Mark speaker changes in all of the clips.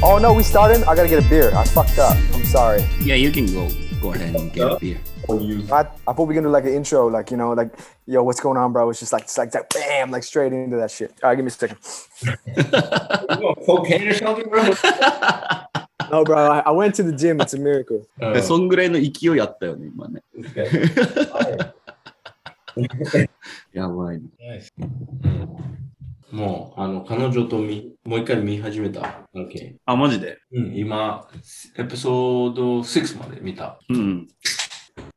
Speaker 1: Oh no, we started. I gotta get a beer. I fucked up. I'm sorry.
Speaker 2: Yeah, you can go go ahead and get a beer.
Speaker 3: Or you.
Speaker 1: I, I thought we were gonna do like an intro, like you know, like yo, what's going on, bro? It's just like it's like that, bam, like straight into that shit. All right, give me a second.
Speaker 3: You want cocaine or something, bro? Oh,
Speaker 1: No, bro, I, I went to the gym. It's a miracle.
Speaker 2: でそんぐらいの勢いあったよね、今ね。
Speaker 3: Okay. Alright.
Speaker 2: やばいな。
Speaker 3: Nice. Hmm. もう、あの、彼女とみもう一回見始めた。Okay. Hmm,
Speaker 2: あ、マジで
Speaker 3: うん、今、エピソード6まで見た。
Speaker 2: うん。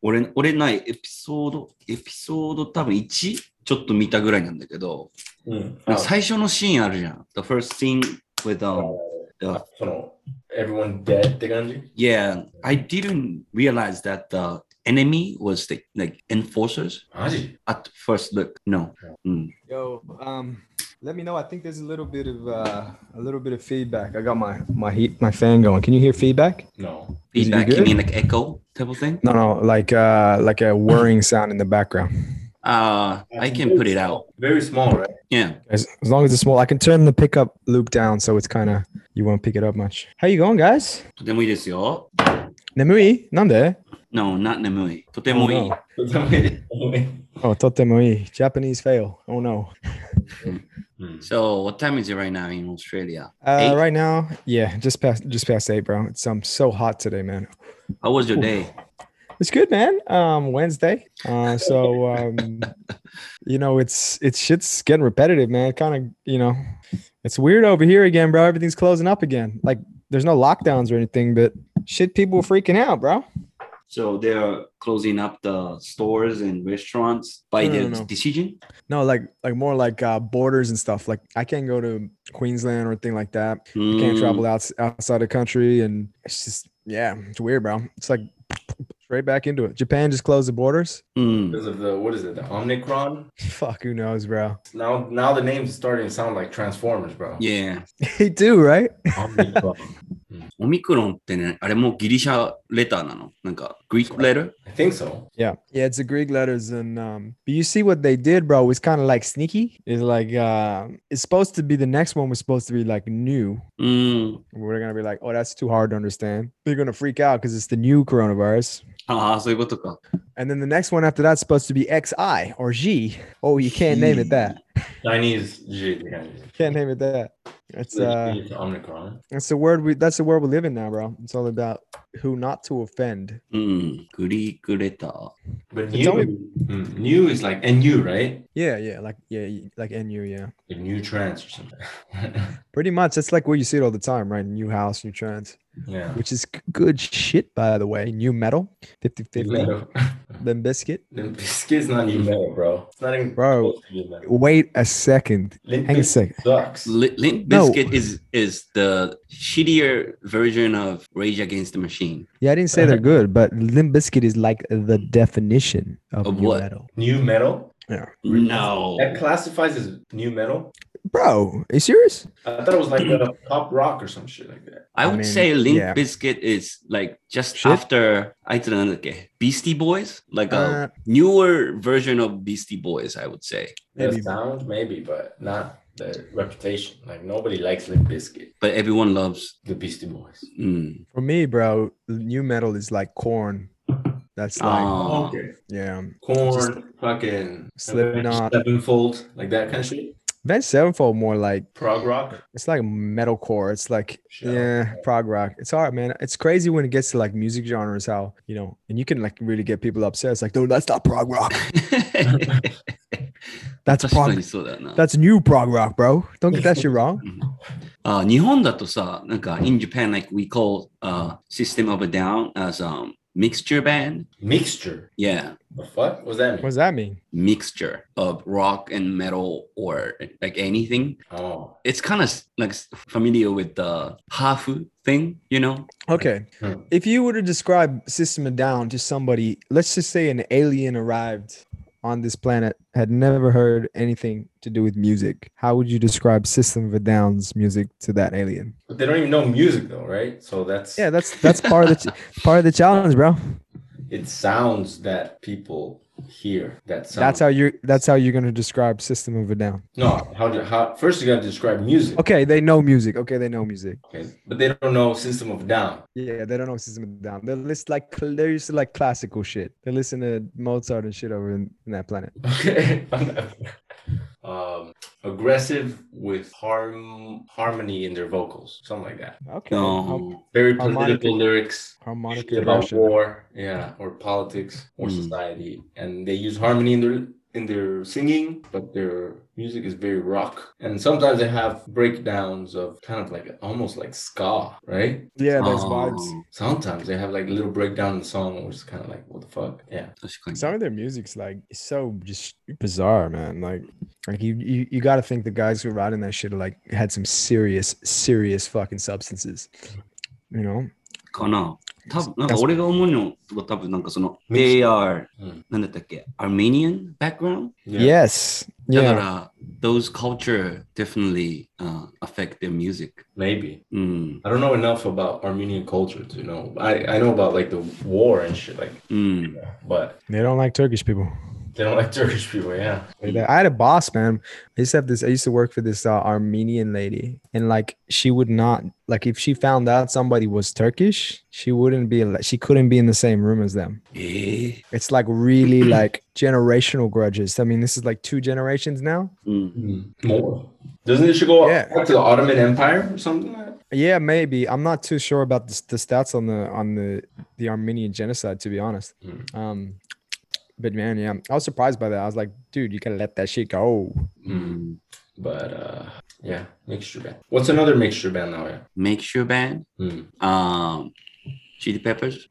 Speaker 2: 俺、俺ない、エピソード、エピソード多分 1? ちょっと見たぐらいなんだけど、
Speaker 3: うん。
Speaker 2: 最初のシーンあるじゃん。The first scene with, um,
Speaker 3: あその、everyone dead って感じ
Speaker 2: yeah, I didn't realize that the enemy was the, like, enforcers
Speaker 3: マジ
Speaker 2: at first look. No. うん。
Speaker 1: Yo, um, let me know. I think there's a little bit of uh, a little bit of feedback. I got my my heat my fan going. Can you hear feedback?
Speaker 3: ?No.
Speaker 2: Is
Speaker 1: it
Speaker 2: that,
Speaker 1: good?
Speaker 2: you mean like echo type of thing?
Speaker 1: No, no, like uh, like a whirring sound in the background.
Speaker 2: Uh, I can put it out.
Speaker 3: Very small, right?
Speaker 2: Yeah.
Speaker 1: As, as long as it's small, I can turn the pickup loop down, so it's kind of you won't pick it up much. How you going, guys?
Speaker 2: とてもいいですよ。
Speaker 1: Nemui, nande?
Speaker 2: No, not 眠い。とてもいい。
Speaker 1: Oh, no.
Speaker 3: うん。
Speaker 1: Oh, totemoi, Japanese fail. Oh no.
Speaker 3: Hmm.
Speaker 2: So, what time is it right now in Australia?
Speaker 1: Uh,
Speaker 2: Eight?
Speaker 1: right now, yeah, just past just past eight, bro. It's um so hot today, man.
Speaker 2: How was your day?
Speaker 1: It's good, man. Um, Wednesday. Uh, so um, you know, it's it's shit's getting repetitive, man. Kind of, you know, it's weird over here again, bro. Everything's closing up again. Like, there's no lockdowns or anything, but shit, people are freaking out, bro.
Speaker 2: So they're closing up the stores and restaurants by
Speaker 1: No, no,
Speaker 2: their
Speaker 1: no.
Speaker 2: decision.
Speaker 1: No, like like more like uh, borders and stuff. Like, I can't go to Queensland or anything like that. can't
Speaker 2: Mm,
Speaker 1: travel outs outside the country and it's just yeah it's weird bro it's like straight back into it japan just closed the borders
Speaker 2: mm.
Speaker 3: Because of the, what is it, the Omnicron?
Speaker 1: fuck who knows bro
Speaker 3: Now, now the name's starting to sound like Transformers, bro.
Speaker 2: Yeah.
Speaker 1: they do right
Speaker 3: Omnicron.
Speaker 2: オミクロンってね、あれもうギリシャレターなのなんか、グリークレター
Speaker 3: I think so.
Speaker 1: yeah yeah it's the greek letters and um but you see what they did bro was kind of like sneaky it's like uh it's supposed to be the next one was supposed to be like new
Speaker 2: うん。
Speaker 1: we're gonna be like oh that's too hard to understand they're gonna freak out because it's the new coronavirus
Speaker 2: あ Ah, あ、そういうことか。
Speaker 1: and then the next one after that's supposed to be xi or g oh you can't name it that
Speaker 3: Chinese G って感じ。
Speaker 1: can't name it that it's uh
Speaker 3: It's Omnicron.
Speaker 1: That's the word we. That's the world we live in now, bro. It's all about who not to offend.
Speaker 2: うん。グリークレター。
Speaker 3: But
Speaker 1: It's
Speaker 3: new,
Speaker 1: only-
Speaker 3: mm, new is like NU, right?
Speaker 1: Yeah, yeah, like yeah, y- like NU, yeah.
Speaker 3: The new trans or something.
Speaker 1: Pretty much, that's like where you see it all the time, right? New house, new trends,
Speaker 3: yeah.
Speaker 1: which is g- good shit, by the way. New metal, 50 50,
Speaker 3: Metal.
Speaker 1: then biscuit.
Speaker 3: Limp Bizkit's not new metal, bro. It's not even
Speaker 1: Bro.
Speaker 3: close to new metal.
Speaker 1: Wait a second.
Speaker 3: Limp
Speaker 1: Hang a
Speaker 3: Bizkit
Speaker 1: sec.
Speaker 3: sucks.
Speaker 2: Li- Limp
Speaker 1: No.
Speaker 2: Bizkit is, is the shittier version of Rage Against the Machine.
Speaker 1: Yeah, I didn't say they're good, but Limp Biscuit is like the definition of,
Speaker 2: Of
Speaker 1: new
Speaker 2: what?
Speaker 1: metal.
Speaker 3: New metal?
Speaker 1: Yeah.
Speaker 2: No.
Speaker 3: That classifies as new metal?
Speaker 1: Bro, are you serious?
Speaker 3: I thought it was like a pop rock or some shit like that.
Speaker 2: I
Speaker 1: I
Speaker 2: would
Speaker 1: mean,
Speaker 2: say Limp
Speaker 1: yeah.
Speaker 2: Bizkit is like just
Speaker 1: Shit.
Speaker 2: after I don't know, okay, Beastie Boys, like
Speaker 1: Uh,
Speaker 2: a newer version of Beastie Boys, I would say.
Speaker 3: The
Speaker 1: Maybe.
Speaker 3: sound, maybe, but not the reputation. Like nobody likes Limp Bizkit.
Speaker 2: But everyone loves.
Speaker 3: The Beastie Boys.
Speaker 2: Mm.
Speaker 1: For me, bro, new metal is like corn. That's like,
Speaker 2: Ah,
Speaker 1: yeah.
Speaker 3: Corn,
Speaker 1: Just-
Speaker 3: fucking
Speaker 1: Slipknot.
Speaker 3: sevenfold, like that kind of shit.
Speaker 1: Avenged Sevenfold more like
Speaker 3: Prog rock.
Speaker 1: it's like metalcore. It's like
Speaker 3: Sure.
Speaker 1: yeah, prog rock. It's hard, man. It's crazy when it gets to like music genres, how you know, and you can like really get people upset. It's like, dude, that's not prog rock. That's
Speaker 2: 確かに
Speaker 1: prog.
Speaker 2: そうだよな。
Speaker 1: That's new prog rock, bro. Don't get that shit wrong.
Speaker 2: あ日本だとさ、なんか、in Japan, like we call、uh, System of a Down as a、mixture band.
Speaker 3: Mixture.
Speaker 2: Yeah.
Speaker 3: The fuck? What does that
Speaker 1: What
Speaker 3: mean?
Speaker 1: does that mean?
Speaker 2: Mixture of rock and metal or like anything.
Speaker 3: Oh.
Speaker 2: It's kind of like familiar with the half thing, you know?
Speaker 1: Okay.
Speaker 3: Hmm.
Speaker 1: If you were to describe System of Down to somebody, let's just say an alien arrived on this planet, had never heard anything to do with music. How would you describe System of a Down's music to that alien?
Speaker 3: But they don't even know music though, right? So that's
Speaker 1: Yeah, that's that's part of the ch- part of the challenge, bro.
Speaker 3: it sounds that people hear that sound.
Speaker 1: That's how you. That's how you're gonna describe System of a Down.
Speaker 3: No, how do how first you gotta describe music.
Speaker 1: Okay, they know music. Okay, they know music.
Speaker 3: Okay. But they don't know System of a Down.
Speaker 1: Yeah, they don't know System of a Down. They list like cl- they used to like classical shit. They listen to Mozart and shit over in, in that planet.
Speaker 3: Okay. um aggressive with harm harmony in their vocals. Something like that.
Speaker 1: Okay. Har-
Speaker 2: No.
Speaker 3: Very
Speaker 1: Harmonic.
Speaker 3: political lyrics.
Speaker 1: harmonic
Speaker 3: about
Speaker 1: aggression.
Speaker 3: war, yeah, or politics or
Speaker 2: Mm.
Speaker 3: society, and they use harmony in their in their singing, but their music is very rock, and sometimes they have breakdowns of kind of like almost like ska, right?
Speaker 1: Yeah, those
Speaker 2: Oh,
Speaker 1: vibes.
Speaker 3: Sometimes they have like a little breakdown in the song, which is kind of like what the fuck, yeah.
Speaker 2: 確かに。
Speaker 1: Some of their music's like it's so just bizarre, man. Like, like you you, you got to think the guys who were writing that shit like had some serious serious fucking substances, you know?
Speaker 2: かな多分なんか俺が思うのは多分なんかその、
Speaker 3: ミ
Speaker 2: they are、
Speaker 3: うん
Speaker 2: なんだったっけ ?Armenian background?
Speaker 1: Yes.
Speaker 2: だか
Speaker 1: Yeah.
Speaker 2: ら、those culture definitely、uh, affect their music.
Speaker 3: maybe
Speaker 2: うん。
Speaker 3: I don't know enough about Armenian culture to know. I I know about like the war and shit, like,
Speaker 2: うん。
Speaker 3: but
Speaker 1: They don't like Turkish people.
Speaker 3: they don't like Turkish people, yeah.
Speaker 1: Like that. I had a boss, man. I used to have this. I used to work for this uh, Armenian lady, and like she would not like if she found out somebody was Turkish, she wouldn't be. al- She couldn't be in the same room as them.
Speaker 2: ええ
Speaker 1: It's like really like generational grudges. I mean, this is like two generations now.
Speaker 2: うん。
Speaker 3: Hmm. More. Doesn't this shit go
Speaker 1: Yeah.
Speaker 3: back to the Ottoman Empire or something? Like that?
Speaker 1: Yeah, maybe. I'm not too sure about the, the stats on the on the the Armenian genocide, to be honest.
Speaker 3: Mm.
Speaker 1: Um, but man, yeah, I was surprised by that. I was like, dude, you gotta let that shit go.
Speaker 3: Mm. But uh, yeah, mixture band. What's another mixture band now? Yeah,
Speaker 2: Make Sure Band?
Speaker 3: Mm.
Speaker 2: Um, Chili Peppers?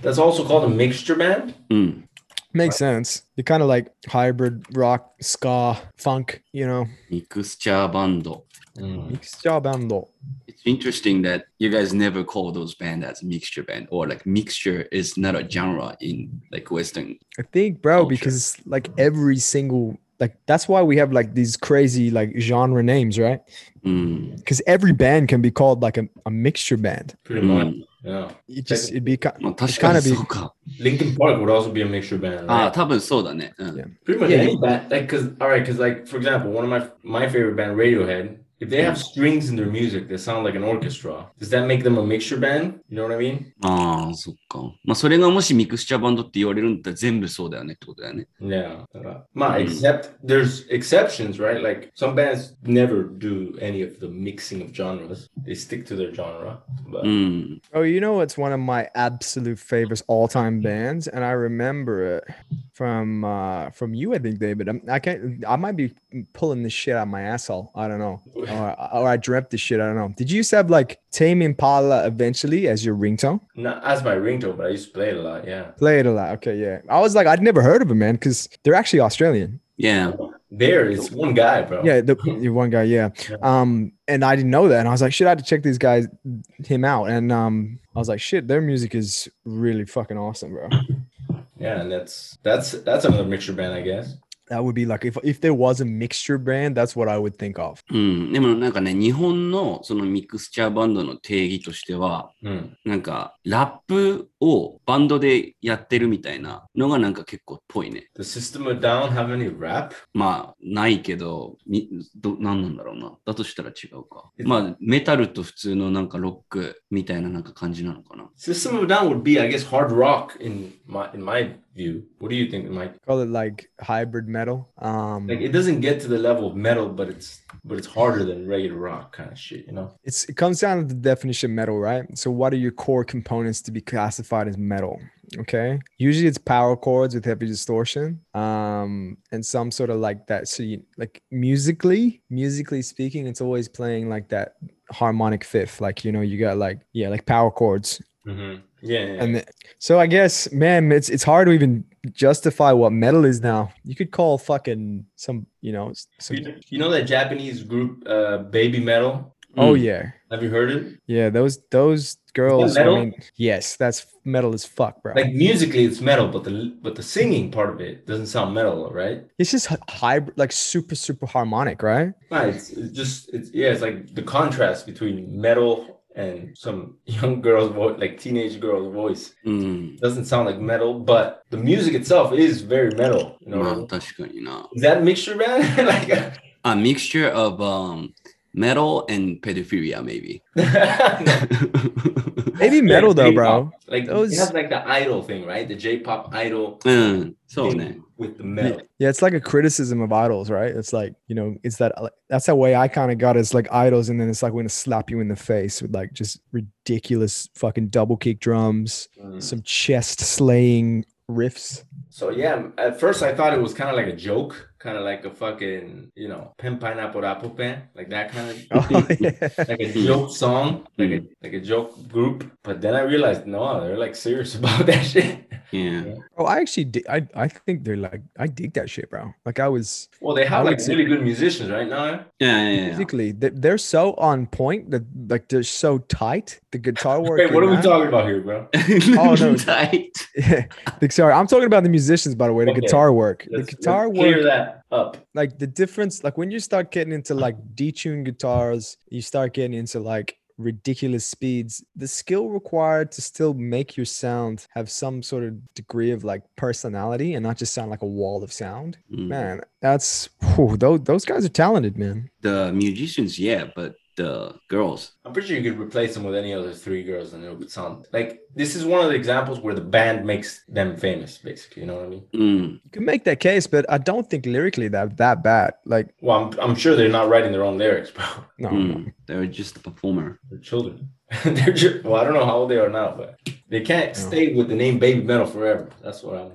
Speaker 3: that's also called a mixture band.
Speaker 2: うん。
Speaker 1: Makes sense. You're kind of like hybrid rock, ska, funk, you know.
Speaker 2: ミクスチャーバンド。
Speaker 3: Mm.
Speaker 1: Mixture bando.
Speaker 2: It's interesting that you guys never call those band as mixture band or like mixture is not a genre in like Western.
Speaker 1: I think, bro,
Speaker 2: Culture.
Speaker 1: because like every single like that's why we have like these crazy like genre names, right?
Speaker 2: うん。
Speaker 1: Because every band can be called like a, a mixture band.
Speaker 3: Pretty much. Yeah.
Speaker 1: It just it'd be kind
Speaker 2: まあ確かに
Speaker 1: It's gotta be-
Speaker 2: そうか。
Speaker 3: Linkin Park would also be a mixture band.
Speaker 2: ああ、
Speaker 3: Right?
Speaker 2: 多分そうだね。うん。
Speaker 1: Yeah.
Speaker 3: Pretty much
Speaker 1: yeah.
Speaker 3: Ah, any band. Like, cause all right, cause like for example, one of my my favorite band, Radiohead. If they have strings in their music that sound like an orchestra, does that make them a mixture band? You know what I mean?
Speaker 2: ああ、そっか。まあ、それがもしミクスチャーバンドって言われるんだったら全部そうだよねってことだよね。
Speaker 3: Yeah. Uh, Ma, except there's exceptions, right? Like some bands never do any of the mixing of genres. They stick to their genre. But
Speaker 2: うん。
Speaker 1: Oh, you know it's one of my absolute favorites all-time bands, and I remember it from uh from you, I think, David. I'm, I can't. I might be pulling this shit out of my asshole. I don't know,
Speaker 3: Hmm.
Speaker 1: or, or I dreamt this shit. I don't know. Did you used to have like Tame Impala eventually as your ringtone?
Speaker 3: Not as my ringtone, but I used to play it a lot. Yeah,
Speaker 1: Play it a lot. Okay, yeah. I was like, I'd never heard of them, man, because they're actually Australian.
Speaker 2: Yeah.
Speaker 3: there it's one guy, bro.
Speaker 1: Yeah, the the one guy. Yeah.
Speaker 3: Yeah.
Speaker 1: Um, and I didn't know that, and I was like, shit, I had to check these guys, him out, and um, I was like, shit, their music is really fucking awesome, bro.
Speaker 3: yeah, and that's that's that's another mixture band, I guess.
Speaker 1: That would be like if if there was a mixture brand, that's what I would think of.
Speaker 2: うん。でもなんかね、日本のそのミクスチャーバンドの定義としては、
Speaker 3: Hmm.
Speaker 2: なんかラップをバンドでやってるみたいなのがなんか結構っぽいね。
Speaker 3: The System of Down have any rap?
Speaker 2: まあ、ないけど、みど何なんだろうな。だとしたら違うか。
Speaker 3: え
Speaker 2: まあ、メタルと普通のなんかロックみたいななんか感じなのかな。
Speaker 3: System of Down would be, I guess, hard rock in my in my view. What do you think, Mike?
Speaker 1: Call it like hybrid metal. Um,
Speaker 3: Like, it doesn't get to the level of metal, but it's but it's harder than regular rock kind of shit, you know?
Speaker 1: it's it comes down to the definition of metal, right? So what are your core components to be classified as metal? Okay, usually it's power chords with heavy distortion, um, and some sort of like that. So you like musically, musically speaking, it's always playing like that harmonic fifth. Like you know, you got like yeah, like power chords,
Speaker 3: Mm-hmm. Yeah, yeah,
Speaker 1: And th- so I guess, man, it's it's hard to even justify what metal is now. You could call fucking some, you know, s- some.
Speaker 3: you, you know that Japanese group, uh, Baby Metal.
Speaker 1: Oh
Speaker 2: うん
Speaker 1: yeah,
Speaker 3: Have you heard it?
Speaker 1: yeah. Those those girls.
Speaker 3: metal?
Speaker 1: I mean, yes, that's metal as fuck, bro.
Speaker 3: Like musically, it's metal, but the but the singing part of it doesn't sound metal, right?
Speaker 1: it's just hy- hybrid, like super super harmonic, right?
Speaker 3: Nah, it's, it's just it's yeah, it's like the contrast between metal and some young girl's voice, like teenage girl's voice,
Speaker 2: Mm.
Speaker 3: doesn't sound like metal, but the music itself is very metal. You know,
Speaker 2: まあ確かにな。
Speaker 3: is that mixture band? like,
Speaker 2: A mixture of um, metal and pedophilia, maybe.
Speaker 1: Maybe metal though, bro.
Speaker 3: like
Speaker 1: Those-
Speaker 3: you have like the idol thing, right? The J-pop idol
Speaker 2: うん、そうね
Speaker 3: thing。with the metal.
Speaker 1: Yeah, it's like a criticism of idols, right? It's like you know, it's that like, that's the way I kind of got it. It's like idols, and then it's like we're gonna slap you in the face with like just ridiculous fucking double kick drums,
Speaker 3: Mm.
Speaker 1: some chest slaying riffs.
Speaker 3: So yeah, at first I thought it was kind of like a joke, kind of like a fucking you know pen pineapple apple pen, like that kind of
Speaker 1: Oh, yeah.
Speaker 3: like a joke song, like a like a joke group. But then I realized no, they're like serious about that shit.
Speaker 2: Yeah.
Speaker 1: Oh, I actually, di- I I think they're like I dig that shit, bro. Like I was
Speaker 3: Well, they have
Speaker 1: I
Speaker 3: like
Speaker 1: would say-
Speaker 3: really good musicians right now.
Speaker 2: Yeah, yeah, yeah.
Speaker 1: musically, they- they're so on point that like they're so tight. The guitar work.
Speaker 3: Wait, what
Speaker 1: in
Speaker 3: are we
Speaker 1: that-
Speaker 3: talking about here, bro?
Speaker 1: Oh, no.
Speaker 2: Tight.
Speaker 1: Yeah. Like, Sorry, I'm talking about the musicians, by the way. The
Speaker 3: Okay.
Speaker 1: guitar work,
Speaker 3: Let's,
Speaker 1: the guitar
Speaker 3: let's
Speaker 1: work
Speaker 3: clear that up.
Speaker 1: like the difference like when you start getting into like detuned guitars you start getting into like ridiculous speeds the skill required to still make your sound have some sort of degree of like personality and not just sound like a wall of sound
Speaker 3: Mm.
Speaker 2: うん
Speaker 1: man that's whew, those, those guys are talented man
Speaker 2: the musicians, yeah, but the girls.
Speaker 3: I'm pretty sure you could replace them with any other three girls, and it would sound like this is one of the examples where the band makes them famous, basically. You know what I mean?
Speaker 2: うん。
Speaker 1: you can make that case but i don't think lyrically that that bad like
Speaker 3: Well, I'm, I'm sure they're not writing their own lyrics, bro.
Speaker 1: no, no.
Speaker 2: Mm. They're just a performer.
Speaker 3: They're children. they're just, well, I don't know how old they are now, but they can't
Speaker 1: Yeah.
Speaker 3: stay with the name Baby Metal forever. That's what I'm.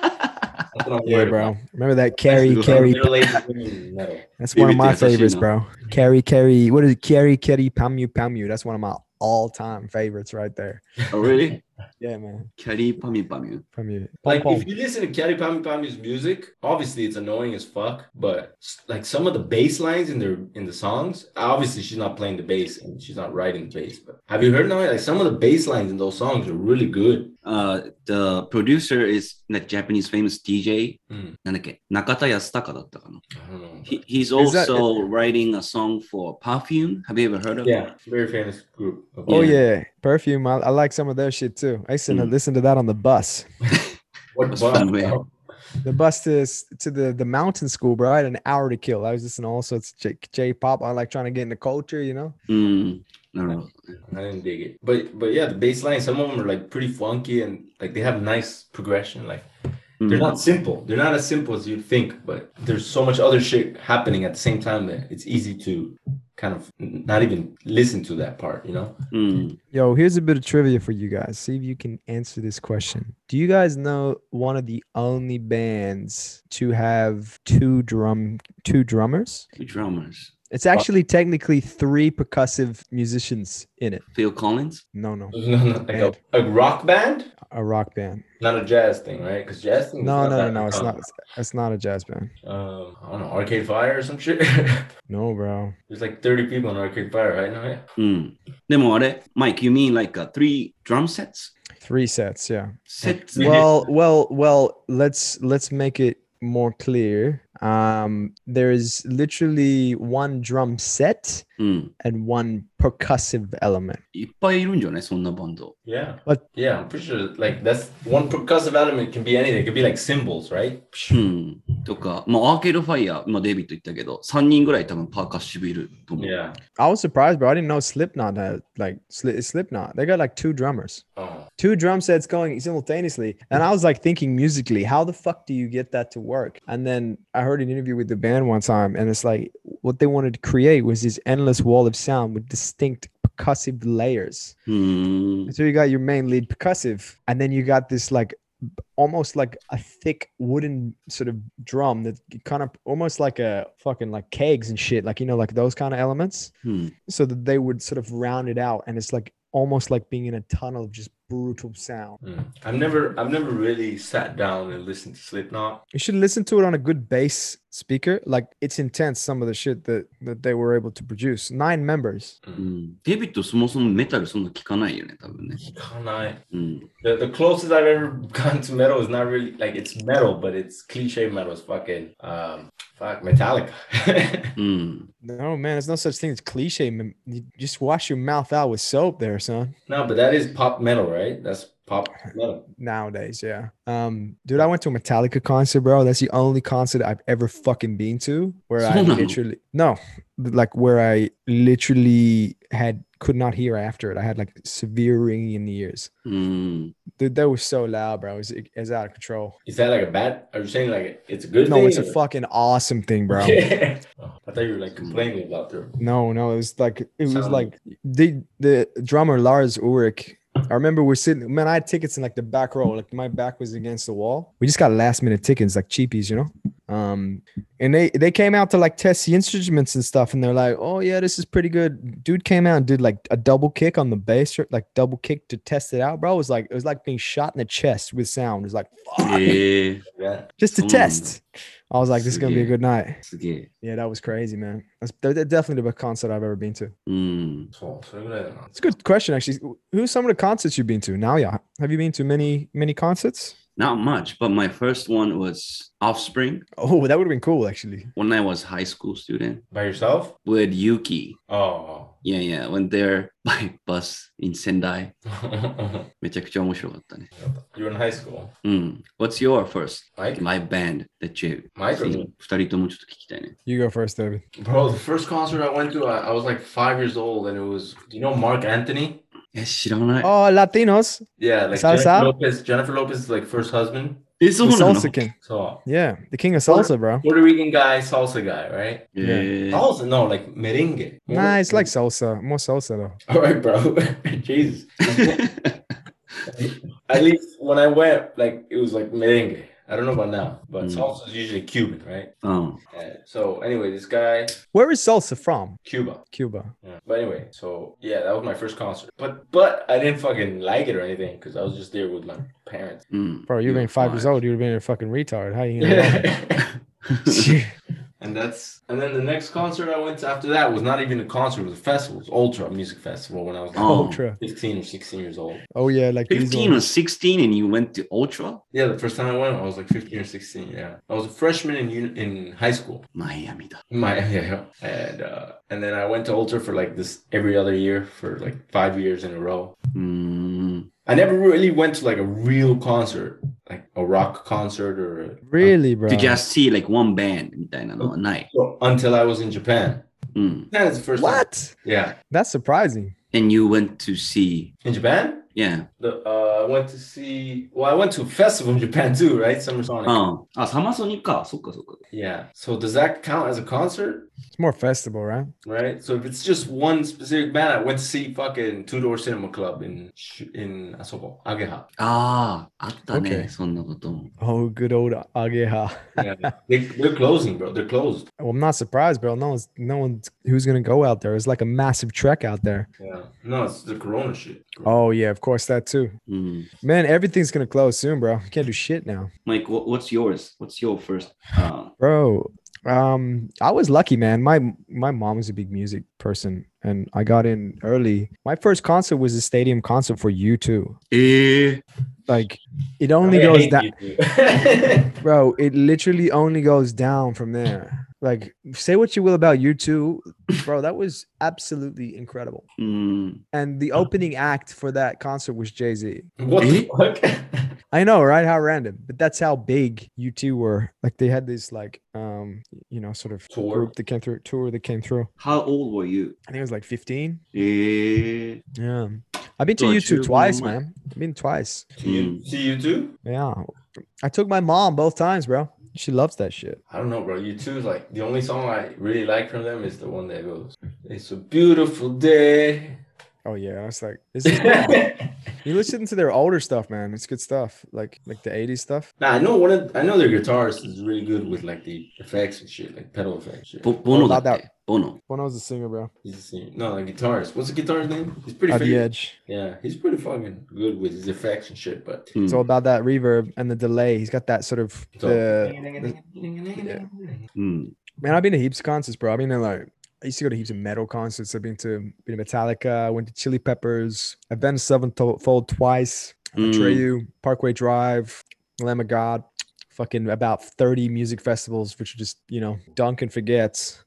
Speaker 3: That's what I'm
Speaker 1: yeah
Speaker 3: worried
Speaker 1: bro
Speaker 3: about.
Speaker 1: remember that carry
Speaker 2: That's
Speaker 1: carry
Speaker 3: Middle-aged women metal.
Speaker 1: that's one of my
Speaker 2: That's what she
Speaker 1: favorites
Speaker 2: know.
Speaker 1: bro carry carry what is it carry carry pamu pamu that's one of my all-time favorites right there
Speaker 2: oh, really?
Speaker 1: Yeah, man.
Speaker 2: Carry Pami Pami.
Speaker 1: From you.
Speaker 3: Like if you listen to Kelly Pami Pami's music, obviously it's annoying as fuck. But s- like some of the bass lines in their in the songs, obviously she's not playing the bass and she's not writing the bass. But have you heard now? Like some of the bass lines in those songs are really good.
Speaker 2: Uh, the producer is that Japanese famous DJ.
Speaker 3: Mm.
Speaker 2: なんだっけ中田康隆だったかな
Speaker 3: I don't know.
Speaker 2: Hmm. He, He's
Speaker 1: Is that-
Speaker 2: also writing a song for Perfume. Have you ever heard of it?
Speaker 3: Yeah, very famous group.
Speaker 1: oh
Speaker 2: Yeah.
Speaker 1: yeah. perfume. I, I like some of their shit too. I used to
Speaker 2: Mm.
Speaker 1: listen to that on the bus.
Speaker 3: What
Speaker 2: That's fun,
Speaker 3: band,
Speaker 2: man.
Speaker 3: bro?
Speaker 1: The bus to s- to the the mountain school, bro. I had an hour to kill. I was listening to all sorts of J pop. I like trying to get into culture, you know.
Speaker 2: うん。なるほど。
Speaker 3: I didn't dig it. But but yeah, the bass lines, some of them are like pretty funky and like they have nice progression. Like
Speaker 2: う
Speaker 3: they're
Speaker 2: ん
Speaker 3: not simple. They're not as simple as you'd think, but there's so much other shit happening at the same time that it's easy to kind of not even listen to that part, you know?
Speaker 2: うん。
Speaker 1: Yo, here's a bit of trivia for you guys. See if you can answer this question. Do you guys know one of the only bands to have two drum two drummers?
Speaker 2: The drummers.
Speaker 3: Uh,
Speaker 1: It's actually technically three percussive musicians in it.
Speaker 2: Phil Collins?
Speaker 1: No, no,
Speaker 3: There's no- not like a, a rock band,
Speaker 1: a rock band.
Speaker 3: not a jazz thing, right? Because jazz thing. is
Speaker 1: No, no, no,
Speaker 3: that- Oh.
Speaker 1: no. It's not. it's- It's not a jazz band.
Speaker 3: Um, I don't know, Arcade Fire or some shit.
Speaker 1: No, bro.
Speaker 3: there's like 30 people in Arcade Fire, right? now. yeah.
Speaker 2: うん。でもあれ Mike, you mean like uh, three drum sets?
Speaker 1: Three sets, yeah.
Speaker 2: Sets?
Speaker 3: Yeah.
Speaker 1: Well, well, well, let's let's make it more clear. Um there is literally one drum set
Speaker 2: うん。
Speaker 1: and one percussive element.
Speaker 2: いっぱいいるんじゃないそんなバンド。
Speaker 3: Yeah.
Speaker 1: But-
Speaker 3: yeah, I'm pretty sure like that's one percussive element can be anything. It could be like cymbals, right?
Speaker 2: うん。とか、まあ、アーケードファイヤー、今デイビッド言ったけど、3人ぐらい多分パーカッシブいると思う。
Speaker 3: Yeah.
Speaker 1: I was surprised, bro. I didn't know Slipknot had like Sli- Slipknot. They got like two drummers.
Speaker 3: Oh.
Speaker 1: Two drum sets going simultaneously. And I was like thinking musically, how the fuck do you get that to work? And then I heard an interview with the band one time, and it's like what they wanted to create was this endless wall of sound with distinct percussive layers.
Speaker 2: うーん。
Speaker 1: So you got your main lead percussive, and then you got this like b- almost like a thick wooden sort of drum that kind of almost like a fucking like kegs and shit, like you know, like those kind of elements.
Speaker 2: うん。
Speaker 1: So that they would sort of round it out, and it's like almost like being in a tunnel of just brutal sound.
Speaker 3: Mm. I've never I've never really sat down and listened to Slipknot.
Speaker 1: You should listen to it on a good bass speaker. Like it's intense. Some of the shit that that they were able to produce. Nine members.
Speaker 2: うんデビッドそもそもメタルそんな聞かないよね、多分ね。
Speaker 3: Can I?
Speaker 2: うん。
Speaker 3: The, the closest I've ever gone to metal is not really like it's metal, but it's cliche metal. It's fucking um, fuck Metallica.
Speaker 2: うん。
Speaker 1: No man, there's no such thing as cliche. man. You just wash your mouth out with soap, there, son.
Speaker 3: no, but that is pop metal, right? That's pop metal.
Speaker 1: Nowadays, yeah. Um, dude, I went to a Metallica concert, bro. That's the only concert I've ever fucking been to where I
Speaker 2: So no.
Speaker 1: literally no, like where I literally had could not hear after it. I had like severe ringing in the ears.
Speaker 2: うん。
Speaker 1: Dude, that was so loud, bro. It was, it was out of control.
Speaker 3: Is that like a bad? Are you saying like it's a good thing?
Speaker 1: No, it's a
Speaker 3: or-
Speaker 1: fucking awesome thing, bro.
Speaker 3: Oh, I thought you were like complaining about them.
Speaker 1: No, no, it was like it was
Speaker 3: Sound.
Speaker 1: like the the drummer Lars Ulrich. I remember we're sitting, man. I had tickets in like the back row, like my back was against the wall. We just got last minute tickets, like cheapies, you know. Um, and they they came out to like test the instruments and stuff, and they're like, "Oh yeah, this is pretty good." Dude came out and did like a double kick on the bass, or, like double kick to test it out, bro. It was like it was like being shot in the chest with sound. It was like fuck,
Speaker 2: ええー、
Speaker 3: Yeah.
Speaker 1: just to
Speaker 2: Mm.
Speaker 1: test. I was like, "This is gonna be a
Speaker 2: Yeah.
Speaker 1: good night."
Speaker 2: すげえ。
Speaker 1: Yeah, that was crazy, man. That's that's definitely the best concert I've ever been to.
Speaker 2: うん。
Speaker 3: So, so I'm gonna-
Speaker 1: It's a good question, actually. Who's some of the concerts you've been to? Now, yeah, have you been to many many concerts?
Speaker 2: Not much, but my first one was Offspring
Speaker 1: Oh, that would have been cool, actually.
Speaker 2: when I was high school student
Speaker 3: By yourself?
Speaker 2: with Yuki.
Speaker 3: Oh.
Speaker 2: Yeah, yeah, went there by bus in Sendai.
Speaker 3: you
Speaker 2: めちゃくちゃ面白かったね。
Speaker 3: were in high school.
Speaker 2: うん。What's your first
Speaker 3: Mike?
Speaker 2: live band that you...
Speaker 3: マイク
Speaker 2: See, 二人ともちょっと聞きたいね。
Speaker 1: You go first, David.
Speaker 3: Bro, the first concert I went to, I, I was like five years old, and it was you know Mark Anthony.
Speaker 2: え、知らない。
Speaker 1: Oh, Latinos.
Speaker 3: Yeah, like
Speaker 1: Salsa?
Speaker 3: Jennifer Lopez. Jennifer Lopez is like first husband.
Speaker 2: え、そう
Speaker 1: The
Speaker 2: なの
Speaker 1: salsa king.
Speaker 3: So
Speaker 1: Yeah, the king of salsa, bro.
Speaker 3: Puerto Rican guy, salsa guy, right?
Speaker 2: えー
Speaker 3: Salsa? No, like merengue.
Speaker 1: Nah, it's like salsa. More salsa, though.
Speaker 3: all right, bro. Jesus. At least when I went, like it was like merengue. I don't know about now, but
Speaker 2: Mm.
Speaker 3: salsa is usually Cuban, right?
Speaker 2: うん。
Speaker 3: Uh, so anyway, this guy
Speaker 1: Where is salsa from?
Speaker 3: Cuba.
Speaker 1: Cuba.
Speaker 3: Yeah. But anyway, so yeah, that was my first concert. But but I didn't fucking like it or anything because I was just there with my parents.
Speaker 2: うん。
Speaker 1: Bro, you've
Speaker 2: You're
Speaker 1: been five
Speaker 2: fine.
Speaker 1: years old. You've been a fucking retard. How you gonna know?
Speaker 3: and that's and then the next concert I went to after that was not even a concert, it was a festival, it was Ultra Music Festival when I was like
Speaker 2: Oh.
Speaker 1: Ultra.
Speaker 3: 15 or 16 years old.
Speaker 1: Oh yeah, like these
Speaker 2: 15 or
Speaker 1: ones.
Speaker 2: 16 and you went to Ultra?
Speaker 3: Yeah, the first time I went, I was like 15 or 16. Yeah, I was a freshman in uni- in high school.
Speaker 2: マイアミだ。
Speaker 3: My yeah, yeah. and uh, and then I went to Ultra for like this every other year for like five years in a row.
Speaker 2: うーん。
Speaker 3: I never really went to like a real concert, like a rock concert or
Speaker 1: Really, bro.
Speaker 2: Did you just see like one band みたいなのはない。
Speaker 3: until I was in Japan.
Speaker 2: うん。
Speaker 3: That is the first time.
Speaker 1: What?
Speaker 3: Yeah.
Speaker 1: That's surprising.
Speaker 2: And you went to see,
Speaker 3: In Japan?
Speaker 2: yeah.
Speaker 3: The uh I went to see well, I went to a festival in Japan too, right? Summer Sonic.
Speaker 2: うん。あ、サマソニか。そっかそっか。
Speaker 3: Yeah. So does that count as a concert?
Speaker 1: It's more festival, right?
Speaker 3: Right? So if it's just one specific band, I went to see fucking Two Door Cinema Club in Sh- in Asobo, Ageha.
Speaker 2: ああ、あったね。
Speaker 1: Okay.
Speaker 2: そんなことも。
Speaker 1: Oh, good old Ageha.
Speaker 3: Yeah. they, they're closing, bro. They're closed.
Speaker 1: Well, I'm not surprised, bro. No one's no one's who's gonna go out there. It's like a massive trek out there.
Speaker 3: Yeah. No, it's the corona shit.
Speaker 1: Oh yeah, of course that too.
Speaker 2: うん。
Speaker 1: Man, everything's gonna close soon, bro. You can't do shit now.
Speaker 2: Mike, what, what's yours? What's your first? uh, あ
Speaker 1: Bro, um, I was lucky, man. My my mom was a big music person and I got in early. My first concert was a stadium concert for U2.
Speaker 2: え
Speaker 1: Eh.
Speaker 2: え
Speaker 1: Like it only
Speaker 3: I
Speaker 1: goes
Speaker 3: hate
Speaker 1: down
Speaker 3: you.
Speaker 1: bro, it literally only goes down from there. Like say what you will about U2, bro, that was absolutely incredible.
Speaker 2: うん。
Speaker 1: And the opening act for that concert was Jay-Z.
Speaker 3: What
Speaker 2: Eh?
Speaker 3: the fuck?
Speaker 1: I know, right? How random, but that's how big you two were. Like they had this, like, um, you know, sort of
Speaker 3: Tour.
Speaker 1: group that came through, tour that came through.
Speaker 2: How old were you?
Speaker 1: I think it was like fifteen. Eh.
Speaker 2: ええ
Speaker 1: Yeah, I've been to you
Speaker 2: Thought you
Speaker 1: two
Speaker 2: were
Speaker 1: twice,
Speaker 2: going away.
Speaker 1: man. I've been twice.
Speaker 3: Do you,
Speaker 2: Mm.
Speaker 3: see you too?
Speaker 1: Yeah, I took my mom both times, bro. She loves that shit.
Speaker 3: I don't know, bro. You too is like the only song I really like from them is the one that goes, "It's a beautiful day."
Speaker 1: Oh yeah, I was like, this is cool.
Speaker 3: nah,
Speaker 1: you listen to their older stuff, man. It's good stuff, like like the '80s stuff.
Speaker 3: I know one of I know their guitarist is really good with like the effects and shit, like pedal effects. and shit.
Speaker 2: ボボノだっ
Speaker 1: あだ
Speaker 2: け Bono.
Speaker 1: Bono's the singer, bro.
Speaker 3: He's a singer. No, the guitarist. What's the guitarist name? He's pretty.
Speaker 1: At the
Speaker 3: famous.
Speaker 1: edge.
Speaker 3: Yeah, he's pretty fucking good with his effects and shit. But
Speaker 2: Hmm.
Speaker 1: It's all about that reverb and the delay. He's got that sort of
Speaker 3: So-
Speaker 1: the
Speaker 3: yeah.
Speaker 2: Hmm.
Speaker 1: man. I've been to heaps of concerts, bro. I've been to like I used to go to heaps of metal concerts. I've been to been to Metallica. I went to Chili Peppers. I've been to Sevenfold twice.
Speaker 2: Mm.
Speaker 1: Atreyu, Parkway Drive, Lamb of God. Fucking about 30 music festivals, which are just, you know, Duncan forgets.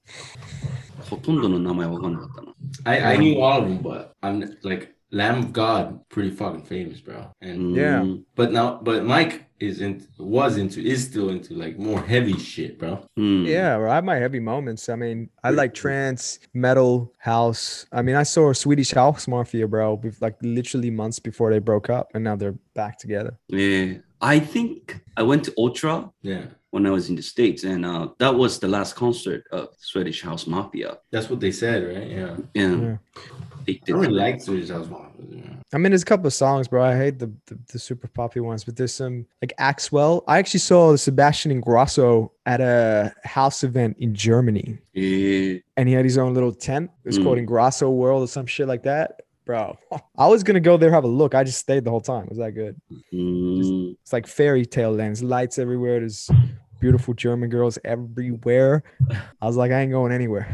Speaker 2: ほとんどの名前わかんなかったな。
Speaker 3: I I knew all of them, but I'm like Lamb of God, pretty fucking famous, bro. And
Speaker 2: うん
Speaker 1: Yeah.
Speaker 2: う
Speaker 3: but now, but Mike is in was into is still into like more heavy shit, bro.
Speaker 2: ん
Speaker 1: Yeah, well, I have my heavy moments. I mean, I like trance, metal, house. I mean, I saw Swedish House Mafia, bro, bef- like literally months before they broke up, and now they're back together.
Speaker 2: Yeah. Eh. I think I went to Ultra
Speaker 3: Yeah,
Speaker 2: when I was in the States, and uh, that was the last concert of Swedish House Mafia.
Speaker 3: that's what they said, right? Yeah,
Speaker 2: And
Speaker 1: Yeah.
Speaker 2: they
Speaker 3: I
Speaker 2: did
Speaker 3: really
Speaker 2: that.
Speaker 3: like Swedish House Mafia. yeah.
Speaker 1: I mean, there's a couple of songs, bro. I hate the, the, the super poppy ones, but there's some like Axwell. I actually saw Sebastian Ingrosso at a house event in Germany,
Speaker 2: Yeah.
Speaker 1: and he had his own little tent. It was called
Speaker 2: Mm.
Speaker 1: Ingrosso World or some shit like that. Bro, I was gonna go there have a look. I just stayed the whole time. It was that good.
Speaker 2: Mm.
Speaker 1: It's like fairy tale lands, lights everywhere. There's beautiful German girls everywhere. I was like, I ain't going anywhere.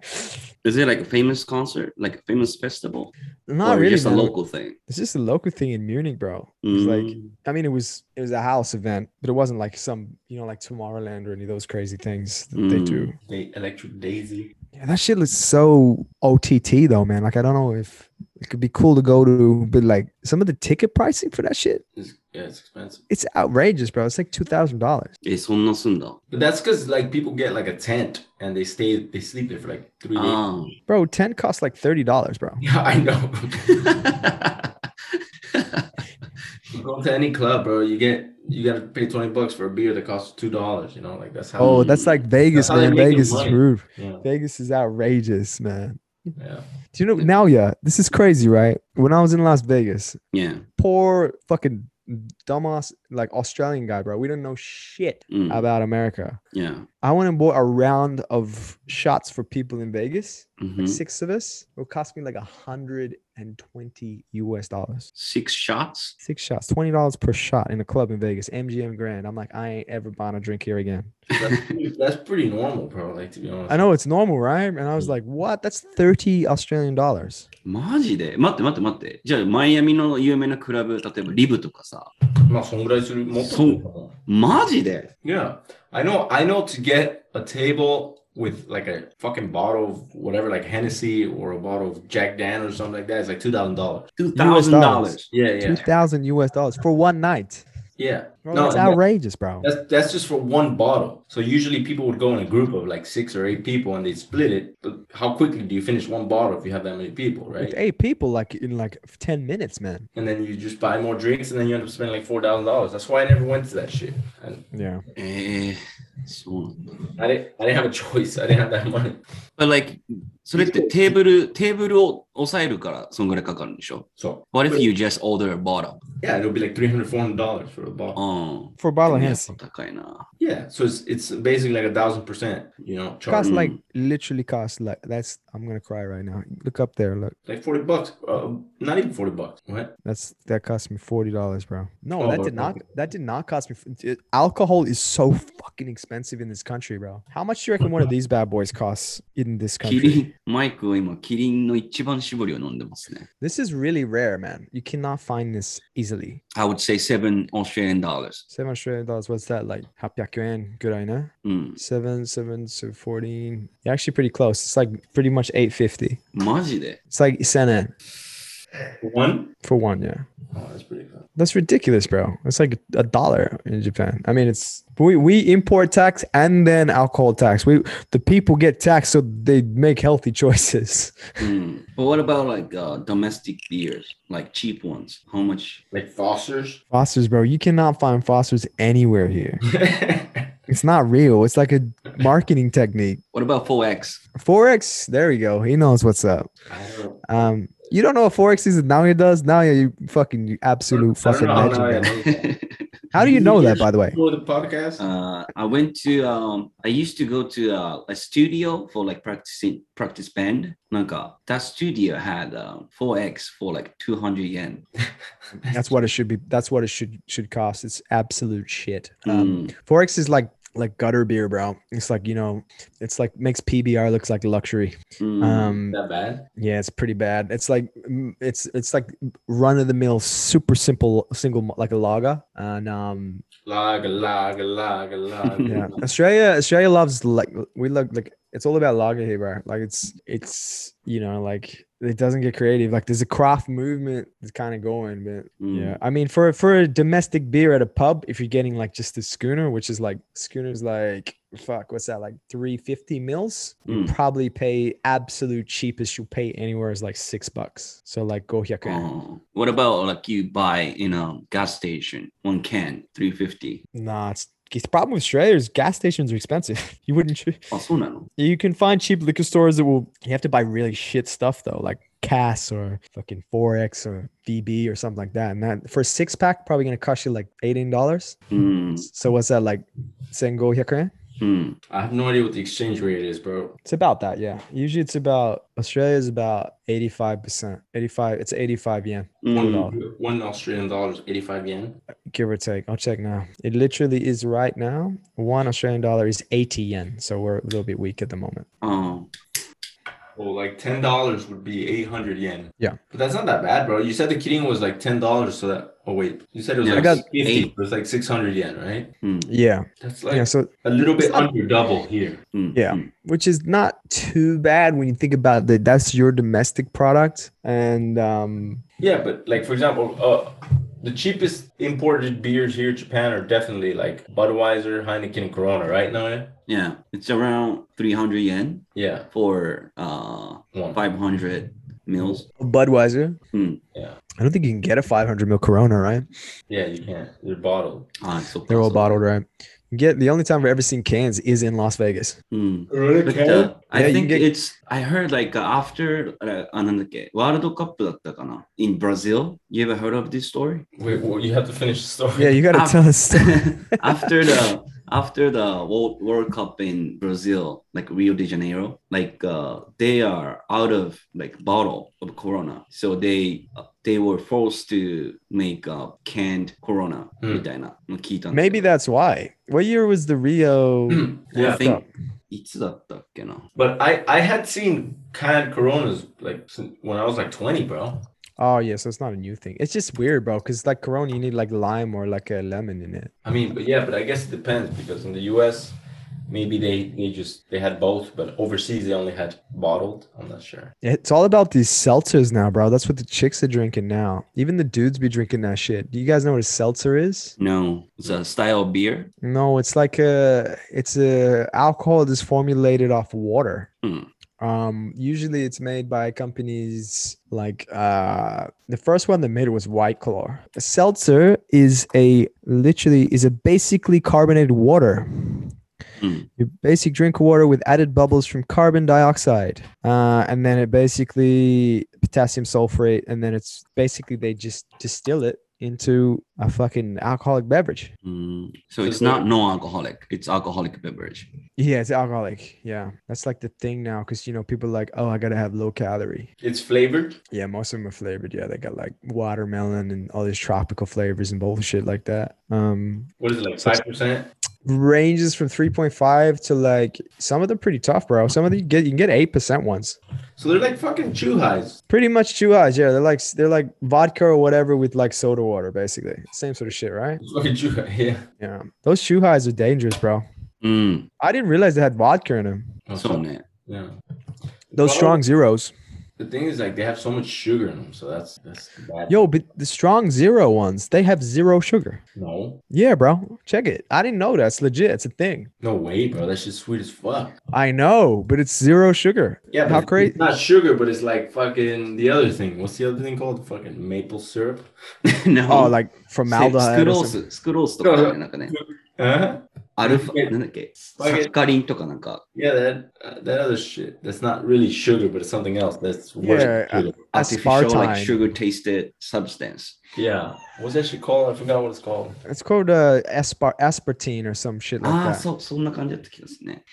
Speaker 2: Is it like a famous concert, like a famous festival,
Speaker 1: Not
Speaker 2: or
Speaker 1: really.
Speaker 2: just a
Speaker 1: man.
Speaker 2: local thing?
Speaker 1: It's just a local thing in Munich, bro. It's like,
Speaker 2: Mm.
Speaker 1: I mean, it was it was a house event, but it wasn't like some, you know, like Tomorrowland or any of those crazy things that they
Speaker 2: Mm.
Speaker 1: do.
Speaker 3: They- Electric Daisy.
Speaker 1: Yeah, that shit looks so OTT though, man. Like, I don't know if it could be cool to go to, but like some of the ticket pricing for that shit,
Speaker 3: It's, yeah, it's expensive,
Speaker 1: it's outrageous, bro. It's like two thousand dollars.
Speaker 2: え、そんなすんだ。
Speaker 3: but that's because like people get like a tent and they stay they sleep there for like three days.
Speaker 2: あ
Speaker 1: Bro, tent costs like thirty dollars, bro.
Speaker 3: Yeah, I know.
Speaker 2: あ。
Speaker 3: you go to any club, bro, you get you gotta pay twenty bucks for a beer that costs two dollars. You know, like that's how.
Speaker 1: Oh, that's like Vegas,
Speaker 3: how they
Speaker 1: man.
Speaker 3: make their
Speaker 1: Vegas is
Speaker 3: money.
Speaker 1: rude.
Speaker 3: yeah,
Speaker 1: Vegas is outrageous, man.
Speaker 3: yeah.
Speaker 1: Do you know now? Yeah, this is crazy, right? When I was in Las Vegas,
Speaker 2: yeah.
Speaker 1: poor fucking dumbass like Australian guy, bro. We didn't know shit
Speaker 2: うん。
Speaker 3: Mm.
Speaker 1: about America.
Speaker 2: Yeah.
Speaker 1: I went and bought a round of shots for people in Vegas,
Speaker 3: Mm.
Speaker 2: うん。
Speaker 1: six of us. It cost me like a hundred and twenty US dollars.
Speaker 2: Six shots?
Speaker 1: Six shots, twenty dollars per shot in a club in Vegas, MGM Grand. I'm like, I ain't ever buying a drink here again.
Speaker 3: That's pretty, that's pretty normal, bro. Like to be honest.
Speaker 1: I know it's normal, right? And
Speaker 3: Mm.
Speaker 1: I was like, what? That's 30 Australian dollars.
Speaker 2: マジで待って待って待って。じゃあ、マイアミの有名なクラブ、例えばリブとかさ。
Speaker 3: まあそんぐらいする。もっと
Speaker 2: そうマジで
Speaker 3: Yeah, I know. I know to get a table with like a fucking bottle of whatever, like Hennessy or a bottle of Jack Dan or something like that. It's like two thousand dollars.
Speaker 2: $2,000.
Speaker 3: Yeah, yeah,
Speaker 1: 2,000 US dollars for one night.
Speaker 3: yeah.
Speaker 1: Bro,
Speaker 3: No,
Speaker 1: that's
Speaker 3: that-
Speaker 1: outrageous, bro.
Speaker 3: That's that's just for one bottle. So usually people would go in a group of like six or eight people and they split it. But how quickly do you finish one bottle if you have that many people,
Speaker 1: With
Speaker 3: right?
Speaker 1: eight people, like in like 10 minutes, man.
Speaker 3: And then you just buy more drinks and then you end up spending like four thousand dollars. That's why I never went to that shit. And
Speaker 1: Yeah.
Speaker 2: ええそうなんだ。
Speaker 3: I didn't. I didn't have a choice. I didn't have that money.
Speaker 2: But like, それってテーブル、テーブルを抑えるから、そんぐらいかかるんでしょ
Speaker 3: So
Speaker 2: ?What if you just order a bottle?
Speaker 3: yeah, it'll be like 300 dollars for a bottle.
Speaker 2: うん。
Speaker 1: For a bottle of
Speaker 2: やっ
Speaker 1: Hennessy.
Speaker 2: ぱ高いな。
Speaker 3: Yeah, so it's it's basically like a thousand percent, you know, charge
Speaker 1: Cost
Speaker 2: Mm.
Speaker 1: like literally cost like that's I'm gonna cry right now. Look up there, look.
Speaker 3: like forty bucks, uh, not even forty bucks. What?
Speaker 1: That's that cost me forty dollars, bro. No,
Speaker 3: Oh,
Speaker 1: that
Speaker 3: but-
Speaker 1: did not that did not cost me. it- alcohol is so fucking expensive in this country, bro. How much do you reckon one of these bad boys costs in this
Speaker 2: キ
Speaker 1: country?
Speaker 2: リ ン、マイクは今、キリンの一番絞りを飲んでますね。
Speaker 1: This is really rare, man. You cannot find this easily.
Speaker 2: I would say seven Australian dollars.
Speaker 1: Seven Australian dollars. What's that like? 800 yuan, good I know.
Speaker 2: うん。
Speaker 1: Seven, seven, so 14. You're actually pretty close. It's like pretty much 850.
Speaker 2: マジで
Speaker 1: It's like senan
Speaker 3: One?
Speaker 1: for one, yeah.
Speaker 3: Oh, that's pretty good.
Speaker 1: That's ridiculous, bro. It's like a dollar in Japan. I mean, it's we, we import tax and then alcohol tax. We the people get taxed so they make healthy choices.
Speaker 2: Mm. But what about like uh, domestic beers, like cheap ones? How much?
Speaker 3: Like Foster's.
Speaker 1: Fosters, bro, you cannot find Fosters anywhere here.
Speaker 3: yeah,
Speaker 1: It's not real. It's like a marketing technique.
Speaker 2: What about 4X?
Speaker 1: Forex, there we go. He knows what's up.
Speaker 3: I don't know.
Speaker 1: Um, You don't know what 4X is that Naoya does? Naoya, you fucking you absolute
Speaker 3: I don't
Speaker 1: fucking
Speaker 3: know how
Speaker 1: legend.
Speaker 3: now I
Speaker 1: man.
Speaker 3: know that.
Speaker 1: How do you know that, by the way?
Speaker 3: For the podcast,
Speaker 2: Uh, I went to um, I used to go to uh, a studio for like practicing practice band. なんか that studio had um, 4x for like 200 yen.
Speaker 1: That's what it should be. That's what it should should cost. It's absolute shit. Um,
Speaker 2: Um,
Speaker 1: 4X is like like gutter beer, bro. It's like you know, it's like makes PBR looks like luxury.
Speaker 2: mm,
Speaker 1: Um,
Speaker 3: that bad.
Speaker 1: yeah, it's pretty bad. It's like mm, it's it's like run of the mill, super simple, single mo- like a lager. And um,
Speaker 3: Laga, laga, laga, laga.
Speaker 1: yeah, Australia Australia loves like we look like it's all about lager here, bro. Like it's it's you know like it doesn't get creative. Like there's a craft movement that's kind of going, but
Speaker 2: mm.
Speaker 1: Yeah, I mean, for for a domestic beer at a pub, if you're getting like just a schooner, which is like schooners, like fuck, what's that, like three fifty mils? You
Speaker 2: Mm.
Speaker 1: probably pay absolute cheapest you'll pay anywhere is like six bucks. So like go here,
Speaker 2: Oh, what about like you buy in a gas station one can 350?
Speaker 1: nah, it's, it's the problem with Australia is gas stations are expensive. you wouldn't. ch-
Speaker 2: Oh, そうなの
Speaker 1: You can find cheap liquor stores that will. You have to buy really shit stuff though, like Cass or fucking Forex or VB or something like that. And that for a six pack probably gonna cost you like eighteen dollars.
Speaker 2: うん。
Speaker 1: So what's that like? Saying go here,
Speaker 2: うん。
Speaker 3: I have no idea what the exchange rate is, bro.
Speaker 1: It's about that, yeah. Usually it's about Australia is about 85%. 85 it's 85 yen,
Speaker 2: Mm.
Speaker 1: No.
Speaker 3: One, one Australian dollar is 85 yen.
Speaker 1: give or take. I'll check now. It literally is right now. One Australian dollar is 80 yen. So we're a little bit weak at the moment.
Speaker 2: Oh,
Speaker 3: Well, Oh, like $10 would be 800 yen.
Speaker 1: Yeah.
Speaker 3: But that's not that bad, bro. You said the kidding was like $10, so that. Oh, wait. You said it was
Speaker 2: Yeah,
Speaker 3: like
Speaker 1: I got
Speaker 3: 50.
Speaker 2: eight.
Speaker 3: It was like 600 yen, right?
Speaker 2: mm.
Speaker 1: Yeah.
Speaker 3: That's like
Speaker 1: Yeah. So
Speaker 3: a little bit
Speaker 1: It's not-
Speaker 3: under double here.
Speaker 2: Mm.
Speaker 1: Yeah.
Speaker 2: Mm.
Speaker 1: which is not too bad when you think about that that's your domestic product. And um
Speaker 3: Yeah, but like for example, uh, the cheapest imported beers here in Japan are definitely like Budweiser, Heineken, and Corona, right? Now,
Speaker 2: Yeah. It's around 300 yen
Speaker 3: yeah,
Speaker 2: for uh
Speaker 3: one.
Speaker 2: 500 meals.
Speaker 1: Budweiser.
Speaker 2: Hmm.
Speaker 3: Yeah.
Speaker 1: I don't think you can get a 500 mil Corona, right?
Speaker 3: Yeah, you can. They're bottled.
Speaker 2: Ah, it's so
Speaker 1: They're all
Speaker 2: possible.
Speaker 1: bottled, right? You Get the only time I've ever seen cans is in Las Vegas.
Speaker 2: Mm.
Speaker 3: Really?
Speaker 2: But, uh, I
Speaker 1: Yeah, you
Speaker 2: think
Speaker 1: get-
Speaker 2: it's I heard like after uh, あなんだっけ World Cup だったかな in Brazil. You ever heard of this story?
Speaker 3: Wait, well, you have to finish the story.
Speaker 1: Yeah, you gotta
Speaker 2: Ah.
Speaker 1: tell us.
Speaker 2: after the after the World, World Cup in Brazil, like Rio de Janeiro, like uh, they are out of like bottle of Corona, so they uh, they were forced to make uh, canned Corona.
Speaker 3: Hmm.
Speaker 2: みたいなの聞いたんだけ
Speaker 1: Maybe
Speaker 2: ど
Speaker 1: that's why. What year was the Rio?
Speaker 2: I
Speaker 3: yeah.
Speaker 1: World Cup?
Speaker 2: think いつだったっけな。
Speaker 3: But I, I had seen canned Coronas like sin- when I was like 20, bro.
Speaker 1: Oh yeah, so it's not a new thing. It's just weird, bro. Because like Corona, you need like lime or like a lemon in it.
Speaker 3: I mean, but yeah, but I guess it depends because in the U.S. maybe they they just they had both, but overseas they only had bottled. I'm not sure.
Speaker 1: It's all about these seltzers now, bro. That's what the chicks are drinking now. Even the dudes be drinking that shit. Do you guys know what a seltzer is?
Speaker 2: No, it's a style beer.
Speaker 1: No, it's like a it's a alcohol that's formulated off water.
Speaker 2: Hmm.
Speaker 1: Um, usually it's made by companies like uh the first one that made it was White Claw. A seltzer is a literally is a basically carbonated water.
Speaker 2: Mm.
Speaker 1: Your basic drink water with added bubbles from carbon dioxide. Uh, and then it basically potassium sulfate, and then it's basically they just distill it into a fucking alcoholic beverage.
Speaker 2: Mm, so
Speaker 3: So
Speaker 2: it's
Speaker 3: the-
Speaker 2: not non-alcoholic. It's alcoholic beverage.
Speaker 1: Yeah, it's alcoholic. Yeah. That's like the thing now because you know, people are like, oh, I gotta have low calorie.
Speaker 3: It's flavored.
Speaker 1: Yeah, most of them are flavored. Yeah, they got like watermelon and all these tropical flavors and bullshit like that. Um,
Speaker 3: What is it like
Speaker 1: So-
Speaker 3: five percent?
Speaker 1: ranges from three point five to like some of them pretty tough, bro. Some of them you get you can get eight percent ones.
Speaker 3: So they're like fucking chew highs.
Speaker 1: Pretty much two eyes. Yeah, they're like they're like vodka or whatever with like soda water, basically. Same sort of shit, right?
Speaker 3: Fucking chew high. Yeah.
Speaker 1: Yeah, those shoe highs are dangerous, bro.
Speaker 2: Mm,
Speaker 1: I didn't realize they had vodka in them.
Speaker 2: so ね。
Speaker 3: yeah.
Speaker 1: Those
Speaker 3: Well,
Speaker 1: strong zeros.
Speaker 3: The thing is, like, they have so much sugar in them, so that's that's the bad.
Speaker 1: Yo, but the strong zero ones, they have zero sugar.
Speaker 3: No,
Speaker 1: Yeah, bro. Check it. I didn't know that's legit. It's a thing.
Speaker 3: no way, bro. That shit's sweet as fuck.
Speaker 1: I know, but it's zero sugar.
Speaker 3: Yeah,
Speaker 1: How
Speaker 3: but
Speaker 1: cra-
Speaker 3: it's not sugar, but it's like fucking the other thing. What's the other thing called? Fucking maple syrup.
Speaker 2: no. Mm-hmm.
Speaker 1: Oh, like formaldehyde. or
Speaker 2: スクロー
Speaker 1: something.
Speaker 2: ス、スクロースとかね、なんかね。
Speaker 1: Uh-huh.
Speaker 3: Huh?
Speaker 2: アルファ、
Speaker 3: Okay.
Speaker 2: なんだっけ、サ
Speaker 3: Okay.
Speaker 2: ッカリンとかなんか、
Speaker 3: Yeah, that uh, that other shit. That's not really sugar, but it's something else. That's worse. than
Speaker 1: Yeah,
Speaker 3: sugar.
Speaker 2: artificial, like
Speaker 1: Aspartame.
Speaker 2: sugar tasted substance.
Speaker 3: yeah. What's that shit called? I forgot what it's called.
Speaker 1: It's called uh, aspar- aspartine or some shit like
Speaker 2: ああ、
Speaker 1: that.
Speaker 2: そう、そんな感じだった気がするね。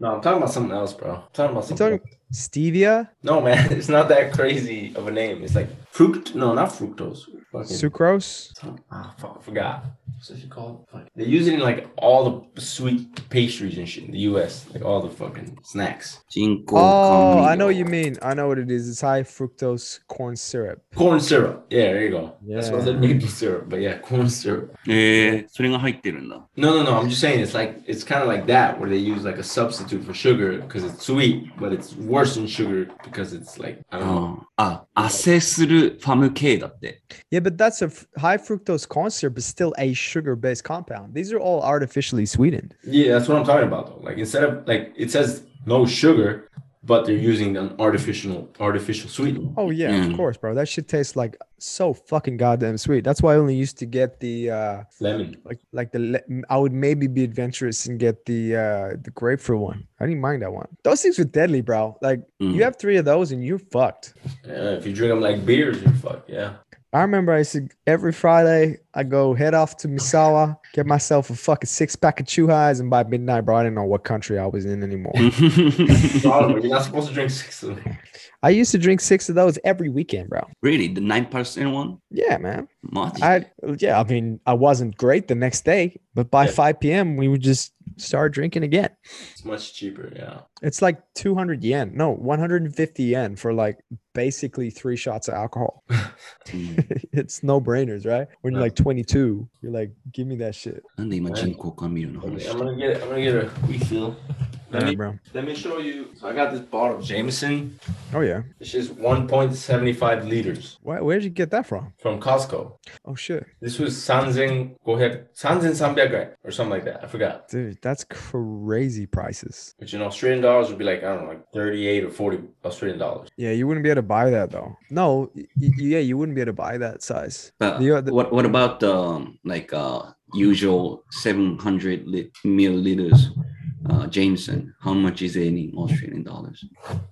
Speaker 3: No, I'm talking about something else, bro. I'm talking about
Speaker 1: You
Speaker 3: something.
Speaker 1: talking stevia,
Speaker 3: No, man, it's not that crazy of a name. It's like fruct. No, not fructose. Fucking-
Speaker 1: sucrose?
Speaker 3: Ah, fuck, I forgot. What's that shit called? Fuck. They use it in like all the sweet pastries and shit in the U.S. Like all the fucking snacks.
Speaker 2: 人工甘味料
Speaker 1: Oh, I know what you mean. I know what it is. It's high fructose corn syrup.
Speaker 3: Corn syrup. Yeah, there you go. That's what
Speaker 1: Yeah.
Speaker 3: I said maple syrup, but yeah, corn syrup.
Speaker 2: ええそれが入ってるんだ。
Speaker 3: No, no, no. I'm just saying it's like it's kind of like that where they use like a substitute for sugar because it's sweet, but it's worse than sugar because it's like I
Speaker 2: あ
Speaker 3: don't know.
Speaker 2: ーあ、アセスルファム系だ って。
Speaker 1: Yeah, but that's a f- high fructose corn syrup is still a sugar-based compound. These are all artificially sweetened.
Speaker 3: Yeah, that's what I'm talking about though. Like instead of like it says no sugar, but they're using an artificial artificial sweetener.
Speaker 1: Oh yeah,
Speaker 2: Mm.
Speaker 1: of course, bro. That shit tastes like so fucking goddamn sweet. That's why I only used to get the uh
Speaker 3: Lemon.
Speaker 1: like like the le- I would maybe be adventurous and get the uh the grapefruit one. I didn't mind that one. Those things were deadly, bro. Like
Speaker 2: うん
Speaker 1: you have three of those and you're fucked.
Speaker 3: Yeah, if you drink them like beers, you're fucked. Yeah.
Speaker 1: I remember I used to every Friday I go head off to Misawa, get myself a fucking six pack of chew highs, and by midnight, bro, I didn't know what country I was in anymore.
Speaker 2: Mm.
Speaker 3: Oliver, you're not supposed to drink six of them.
Speaker 1: I used to drink six of those every weekend, bro.
Speaker 2: really? The 9% one?
Speaker 1: Yeah, man.
Speaker 2: マジ
Speaker 1: I yeah, I mean, I wasn't great the next day, but by
Speaker 3: Yeah.
Speaker 1: 5 p.m. we would just start drinking again.
Speaker 3: It's much cheaper. Yeah.
Speaker 1: It's like 200 yen, no, 150 yen for like basically three shots of alcohol.
Speaker 2: うん
Speaker 1: it's no brainers, right? When you're
Speaker 3: Yeah.
Speaker 1: like 22, you're like, give me that shit.
Speaker 2: なんで今人工甘味料の話
Speaker 3: I'm gonna-
Speaker 2: してる
Speaker 3: I'm gonna get I'm gonna get a refill. Let
Speaker 1: Yeah,
Speaker 3: me
Speaker 1: bro.
Speaker 3: let me show you. So I got this bottle of Jameson.
Speaker 1: Oh yeah.
Speaker 3: It's just 1.75 liters
Speaker 1: Why, where'd you get that from?
Speaker 3: from Costco.
Speaker 1: Oh shit,
Speaker 3: This was Sanzen Gohek Sanzen Sambiagre or something like that. I forgot.
Speaker 1: dude, that's crazy prices.
Speaker 3: Which in Australian dollars would be like I don't know, like 38 or 40 Australian dollars.
Speaker 1: Yeah, you wouldn't be able to buy that though. No, y- y- yeah, you wouldn't be able to buy that size.
Speaker 2: But
Speaker 1: The other-
Speaker 2: what what about the um, like uh, usual 700 lit- milliliters uh, Jameson? How much is it in Australian dollars?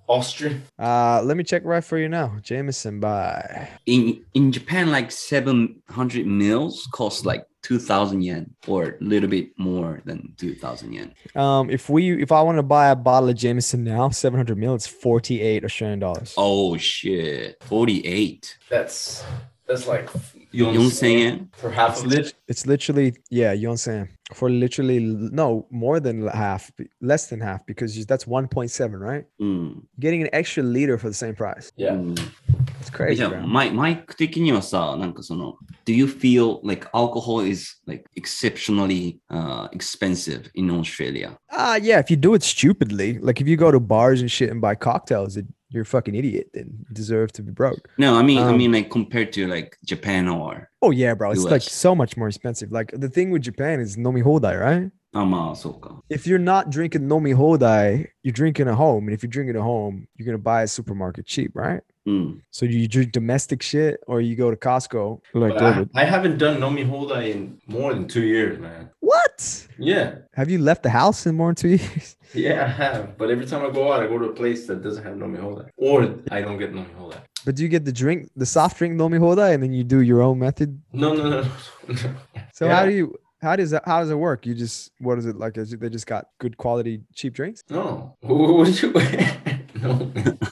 Speaker 3: Austrian.
Speaker 1: Uh, let me check right for you now. Jameson by
Speaker 2: In in Japan, like 700 mils costs like 2,000 yen or a little bit more than 2,000 yen.
Speaker 1: um, if we if I want to buy a bottle of Jameson now, seven hundred mil, it's forty eight Australian dollars.
Speaker 2: Oh shit, 48.
Speaker 3: That's that's like
Speaker 2: You know what I'm saying?
Speaker 3: for half a liter.
Speaker 1: It's literally yeah, you know what I'm saying? For literally l- no more than l- half, b- less than half because you- that's one point seven, right?
Speaker 2: Mm,
Speaker 1: You're getting an extra liter for the same price.
Speaker 3: Yeah.
Speaker 2: mm.
Speaker 1: It's
Speaker 2: え
Speaker 1: crazy.
Speaker 2: じゃあ
Speaker 1: bro.
Speaker 2: マイ、マイク的にはさ、なんかその、Do you feel like alcohol is like exceptionally、uh, expensive in Australia?
Speaker 1: Ah, yeah. If you do it stupidly, like if you go to bars and shit and buy cocktails, it, you're a fucking idiot and you deserve to be broke.
Speaker 2: No, I mean, I
Speaker 1: Um,
Speaker 2: mean like compared to like Japan or
Speaker 1: Oh yeah, bro. It's like
Speaker 2: US.
Speaker 1: so much more expensive. Like the thing with Japan is nomi hodai, right?
Speaker 2: あ、まあそうか。
Speaker 1: If you're not drinking nomi hodai, you're drinking at home, and if you're drinking at home, you're gonna buy a supermarket cheap, right?
Speaker 2: うん。
Speaker 1: So you drink domestic shit, or you go to Costco. Like
Speaker 3: But I, I haven't done Nomi Hoda in more than two years, man.
Speaker 1: what?
Speaker 3: Yeah.
Speaker 1: Have you left the house in more than two years?
Speaker 3: Yeah, I have. But every time I go out, I go to a place that doesn't have nomi hoda. Or I don't get nomi hoda.
Speaker 1: But do you get the drink, the soft drink nomi hodai, and then you do your own method?
Speaker 3: No, no, no, no. no.
Speaker 1: So
Speaker 3: Yeah.
Speaker 1: how do you? How does that? How does it work? You just what is it like? Is it, they just got good quality cheap drinks?
Speaker 3: No. Wh- What do you... no.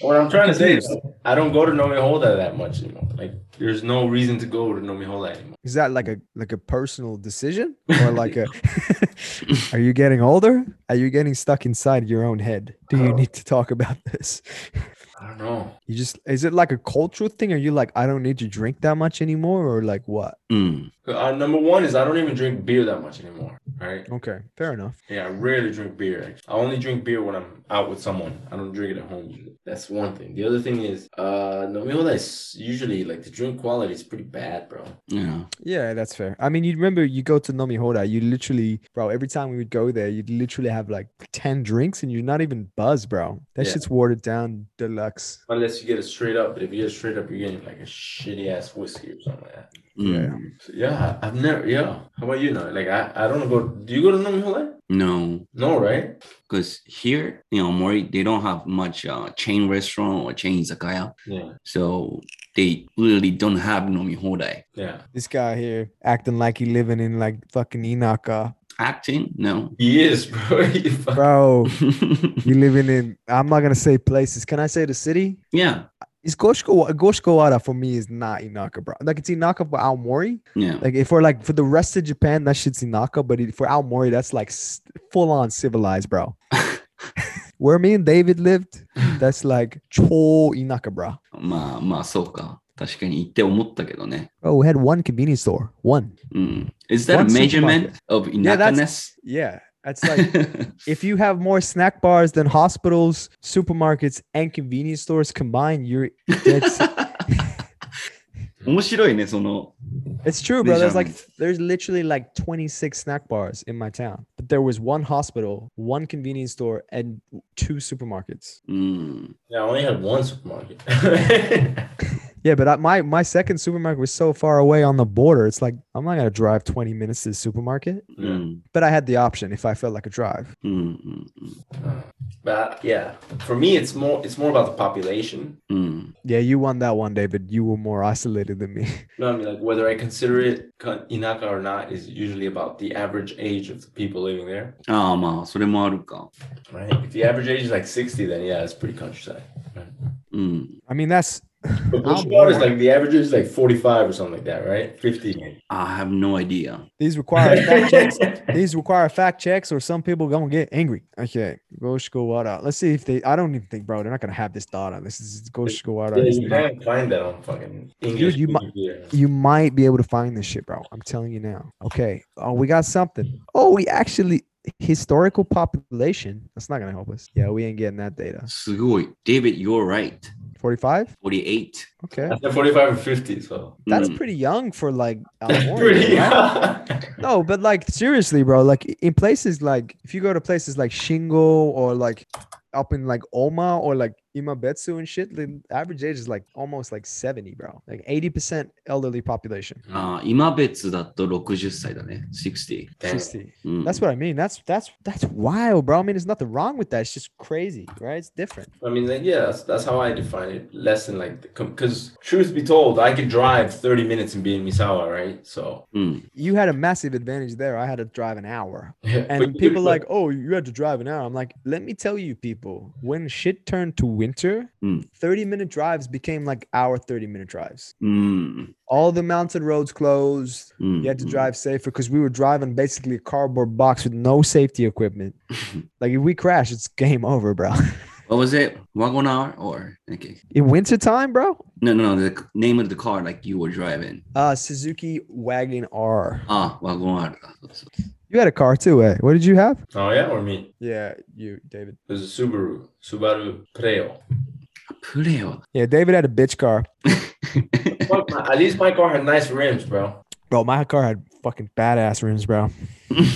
Speaker 3: What I'm trying to say is I don't go to nomi hoda that much anymore. Like, there's no reason to go to nomi hoda anymore.
Speaker 1: Is that like a like a personal decision or like a? are you getting older? Are you getting stuck inside your own head? Do you
Speaker 3: Oh.
Speaker 1: need to talk about this?
Speaker 3: I don't know.
Speaker 1: You just is it like a cultural thing? Are you like I don't need to drink that much anymore or like what?
Speaker 2: うん。
Speaker 3: Uh, number one is I don't even drink beer that much anymore. Right?
Speaker 1: Okay, fair enough.
Speaker 3: Yeah, I rarely drink beer. Actually. I only drink beer when I'm out with someone. I don't drink it at home. usually. That's one thing. The other thing is, uh, Nomiola is usually like the drink quality is pretty bad, bro.
Speaker 2: Yeah.
Speaker 1: Yeah, that's fair. I mean, you remember you go to Nomi Hoda, you literally, bro, every time we would go there, you'd literally have like 10 drinks and you're not even buzzed, bro. That
Speaker 3: Yeah.
Speaker 1: shit's watered down deluxe.
Speaker 3: Unless you get it straight up, but if you get it straight up, you're getting like a shitty ass whiskey or something like that.
Speaker 2: mm,
Speaker 1: Yeah.
Speaker 3: Yeah, I've never. Yeah. How about you now? Like, I, I don't go. Do you go to Namihole?
Speaker 2: No,
Speaker 3: No, right?
Speaker 2: because here in Omori, they don't have much uh, chain restaurant or chain izakaya.
Speaker 3: Yeah.
Speaker 2: So they really don't have Nomi Hodai.
Speaker 3: Yeah.
Speaker 1: This guy here acting like he living in like fucking Inaka.
Speaker 2: Acting? No.
Speaker 3: He is, bro. He fuck-
Speaker 1: Bro, you living in I'm not gonna say places. Can I say the city?
Speaker 2: yeah.
Speaker 1: Is Goshko Goshkowada for me is not Inaka, bro. Like it's Inaka for Aomori.
Speaker 2: Yeah.
Speaker 1: Like if we're like for the rest of Japan, that shit's Inaka, but it- for Aomori, that's like full on civilized, bro. Where me and David lived, that's like Cho Inaka, bro.
Speaker 2: まあまあそうか。確かに言って思ったけどね。
Speaker 1: Oh, we had one convenience store. One.
Speaker 2: うん。Is that a
Speaker 1: What's
Speaker 2: measurement of
Speaker 1: Yeah,
Speaker 2: ineptness?
Speaker 1: Yeah. That's like if you have more snack bars than hospitals, supermarkets, and convenience stores combined, you're dead. set.
Speaker 2: 面白いね、その。
Speaker 1: it's true, bro. There's like there's literally like 26 snack bars in my town. But there was one hospital, one convenience store, and two supermarkets.
Speaker 2: うん。
Speaker 3: Yeah, I only had one supermarket.
Speaker 1: Yeah, but I, my my second supermarket was so far away on the border. It's like I'm not gonna drive 20 minutes to the supermarket.
Speaker 2: うんうん。
Speaker 1: But I had the option if I felt like a drive.
Speaker 2: うんうん。
Speaker 3: but uh, yeah, for me, it's more it's more about the population.
Speaker 2: うん。
Speaker 1: Yeah, you won that one, David. You were more isolated than me.
Speaker 3: You know what I mean? Like whether I consider it ka- Inaka or not is usually about the average age of the people living there.
Speaker 2: ああまあ、それもあるか。
Speaker 3: Right. If the average age is like 60, then yeah, it's pretty countryside. Right?
Speaker 2: うん。
Speaker 1: I mean, that's
Speaker 3: But
Speaker 1: Oh,
Speaker 3: Bushiwara is
Speaker 1: boy.
Speaker 3: like the average is like 45 or something like that, right? 50.
Speaker 2: I have no idea.
Speaker 1: these require fact checks. These require fact checks, or some people gonna get angry. Okay, Goshkowada. Let's see if they. I don't even think, bro. They're not gonna have this data. This is Goshkowada.
Speaker 3: Yeah,
Speaker 1: is
Speaker 3: you
Speaker 1: not-
Speaker 3: can't find that on fucking English.
Speaker 1: you might-
Speaker 3: Wikipedia.
Speaker 1: You might be able to find this shit, bro. I'm telling you now. Okay. Oh, we got something. Oh, we actually historical population. That's not gonna help us. Yeah, we ain't getting that data.
Speaker 2: すごい。David, you're right.
Speaker 1: Forty-five.
Speaker 2: 48.
Speaker 1: Okay,
Speaker 3: I said 45 or 50, so
Speaker 1: that's
Speaker 2: うん
Speaker 1: pretty young for like.
Speaker 3: that's
Speaker 1: Aomori,
Speaker 3: Mm. pretty.
Speaker 1: right? No, but like seriously, bro. Like i- in places like if you go to places like Shingo or like up in like Oma or like Imabetsu and shit, the average age is like almost like 70, bro. Like 80% elderly population.
Speaker 2: ああ今別だと60歳だね。60。
Speaker 3: Damn.
Speaker 1: 60.
Speaker 2: うん、
Speaker 1: That's what I mean. That's that's that's wild, bro. I mean, there's nothing wrong with that. It's just crazy, right? It's different.
Speaker 3: I mean, like, yeah, that's, that's how I define it. Less than like, because truth be told, I could drive 30 minutes and be in Misawa, right? So,
Speaker 2: うん。
Speaker 1: You had a massive advantage there. I had to drive an hour.
Speaker 3: yeah, but
Speaker 1: And
Speaker 3: you
Speaker 1: people
Speaker 3: could-
Speaker 1: like, oh, you had to drive an hour. I'm like, let me tell you, people, when shit turned to winter,
Speaker 3: Hmm.
Speaker 2: Mm.
Speaker 1: 30 minute drives became like our 30 minute drives.
Speaker 2: うん。
Speaker 1: All the mountain roads closed.
Speaker 2: うん
Speaker 1: You had
Speaker 3: Hmm.
Speaker 1: to drive safer because we were driving basically a cardboard box with no safety equipment. like if we crash, it's game over, bro.
Speaker 2: What was it? Wagon hour or? Okay.
Speaker 1: In wintertime, bro,
Speaker 2: No, no, no. The name of the car like you were driving.
Speaker 1: uh Suzuki Wagon R.
Speaker 2: ああ、ワゴンあるか。そうそう
Speaker 1: You had a car too, eh? What did you have?
Speaker 3: oh, yeah, or me.
Speaker 1: Yeah, you, David.
Speaker 3: It was a Subaru, Subaru Preo.
Speaker 2: プレオ。
Speaker 1: Yeah, David had a bitch car.
Speaker 3: Fuck, my- At least my car had nice rims, bro.
Speaker 1: Bro, my car had fucking badass rims, bro.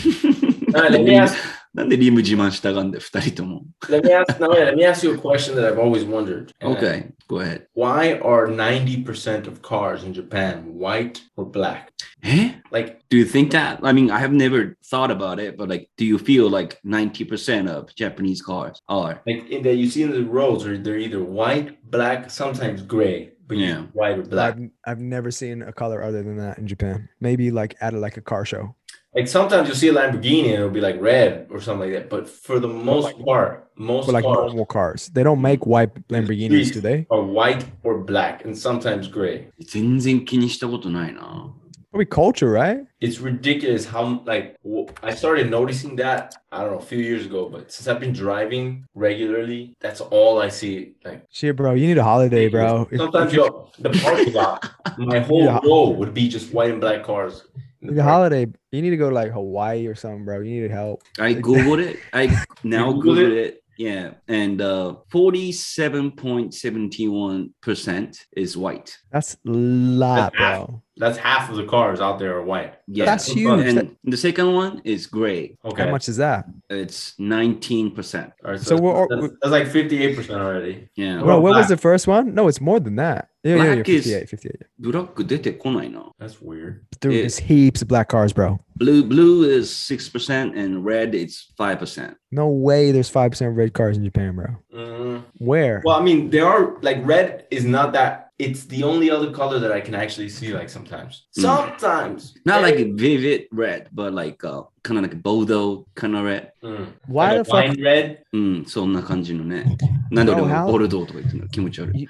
Speaker 3: Nah, let me ask.
Speaker 2: なんでリム自慢したがんだよ、二人とも。
Speaker 3: Let me ask. No, wait, let me ask you a question that I've always wondered. And that-
Speaker 2: Okay, go ahead.
Speaker 3: Why are 90% of cars in Japan white or black?
Speaker 2: え
Speaker 3: Like,
Speaker 2: Eh? Do you think that? I mean, I have never thought about it, but like, do you feel like 90% of Japanese cars are?
Speaker 3: like in that you see in the roads, are they're either white, black, sometimes gray, but yeah,
Speaker 2: Yeah.
Speaker 3: white or black.
Speaker 1: I've, I've never seen a color other than that in Japan. Maybe like at a, like a car show.
Speaker 3: Like sometimes you'll see a Lamborghini and it'll be like red or something like that. But for the most part, most
Speaker 1: But like
Speaker 3: cars
Speaker 1: normal cars. They don't make white Lamborghinis, do they?
Speaker 3: are white or black and sometimes gray.
Speaker 2: 全然気にしたことないな。
Speaker 1: Probably culture, right?
Speaker 3: It's ridiculous how like w- I started noticing that I don't know a few years ago, but since I've been driving regularly, that's all I see. Like
Speaker 1: Shit, bro, you need a holiday, bro. If-
Speaker 3: sometimes yo, the parking lot, my whole
Speaker 1: Yeah.
Speaker 3: row would be just white and black cars. in
Speaker 1: you
Speaker 3: the
Speaker 1: need a
Speaker 3: park.
Speaker 1: holiday. You need to go to like Hawaii or something, bro. You need help.
Speaker 2: I googled it. I now
Speaker 3: You Googled
Speaker 2: googled it. Yeah, and uh, 47.71% is white.
Speaker 1: That's a lot, bro.
Speaker 3: That's half of the cars out there are white.
Speaker 2: Yeah.
Speaker 1: That's huge.
Speaker 2: and the second one is gray.
Speaker 3: Okay.
Speaker 1: How much is that?
Speaker 2: It's 19%.
Speaker 3: All right,
Speaker 1: So
Speaker 3: so,
Speaker 1: we're-
Speaker 3: that's, that's like 58% already.
Speaker 2: Yeah.
Speaker 1: Bro, what was
Speaker 3: black.
Speaker 1: the first one? No, it's more than that. Yeah, yeah, yeah.
Speaker 2: Black is-
Speaker 1: 58, 58.
Speaker 2: ブラック出てこないな。
Speaker 3: That's weird.
Speaker 1: Dude,
Speaker 2: Yeah.
Speaker 1: there's heaps of black cars, bro.
Speaker 2: Blue blue is 6% and red is 5%.
Speaker 1: No way there's 5% red cars in Japan, bro.
Speaker 3: Mm.
Speaker 1: Where?
Speaker 3: Well, I mean, there are like red is not that. It's the only other color that I can actually see. Like sometimes,
Speaker 2: Mm.
Speaker 3: sometimes
Speaker 2: Not
Speaker 3: Very-
Speaker 2: like vivid red, but like uh, kind of like Bodo kind of red. Mm,
Speaker 3: Mm.
Speaker 1: Why
Speaker 3: Like a
Speaker 1: the fuck?
Speaker 3: wine red.
Speaker 2: うん、そんな感じのね。なんで俺
Speaker 1: No,
Speaker 2: も
Speaker 1: Oh, how-
Speaker 2: ボルドーとか言ってんの気持ち悪い。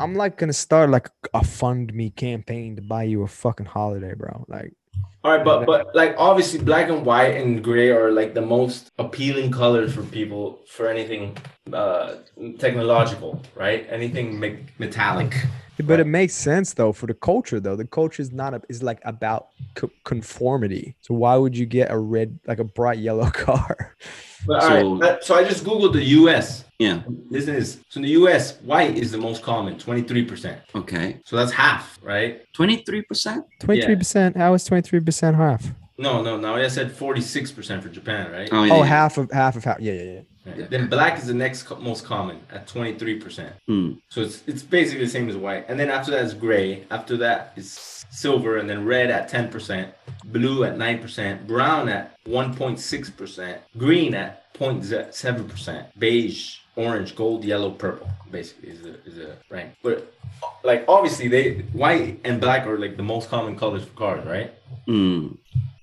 Speaker 1: I'm like gonna start like a fund me campaign to buy you a fucking holiday, bro. Like,
Speaker 3: All right, but but like obviously black and white and gray are like the most appealing colors for people for anything uh technological, right? Anything me- metallic.
Speaker 1: but
Speaker 3: Right.
Speaker 1: it makes sense though for the culture though. The culture is not a, is like about co- conformity. So why would you get a red like a bright yellow car?
Speaker 3: But all right,
Speaker 2: So-
Speaker 3: uh, so I just googled the U.S.
Speaker 2: Yeah,
Speaker 3: This is so in the U.S. white is the most common, twenty three percent.
Speaker 2: okay.
Speaker 3: So that's half, right?
Speaker 2: 23%?
Speaker 1: Twenty three percent. How is twenty three percent half?
Speaker 3: No, no, no. I said forty six percent for Japan, right?
Speaker 2: Oh, yeah,
Speaker 1: Oh,
Speaker 2: yeah.
Speaker 1: half of half of half. Yeah, yeah, yeah.
Speaker 3: Right.
Speaker 2: Yeah.
Speaker 3: Then black is the next co- most common at twenty three percent.
Speaker 2: うん。
Speaker 3: So it's it's basically the same as white. And then after that is gray. After that is silver and then red at 10%, blue at 9%, brown at 1.6%, green at 0.7%, beige, orange, gold, yellow, purple basically is the is the rank. But like obviously they white and black are like the most common colors for cars, right?
Speaker 2: うん。mm.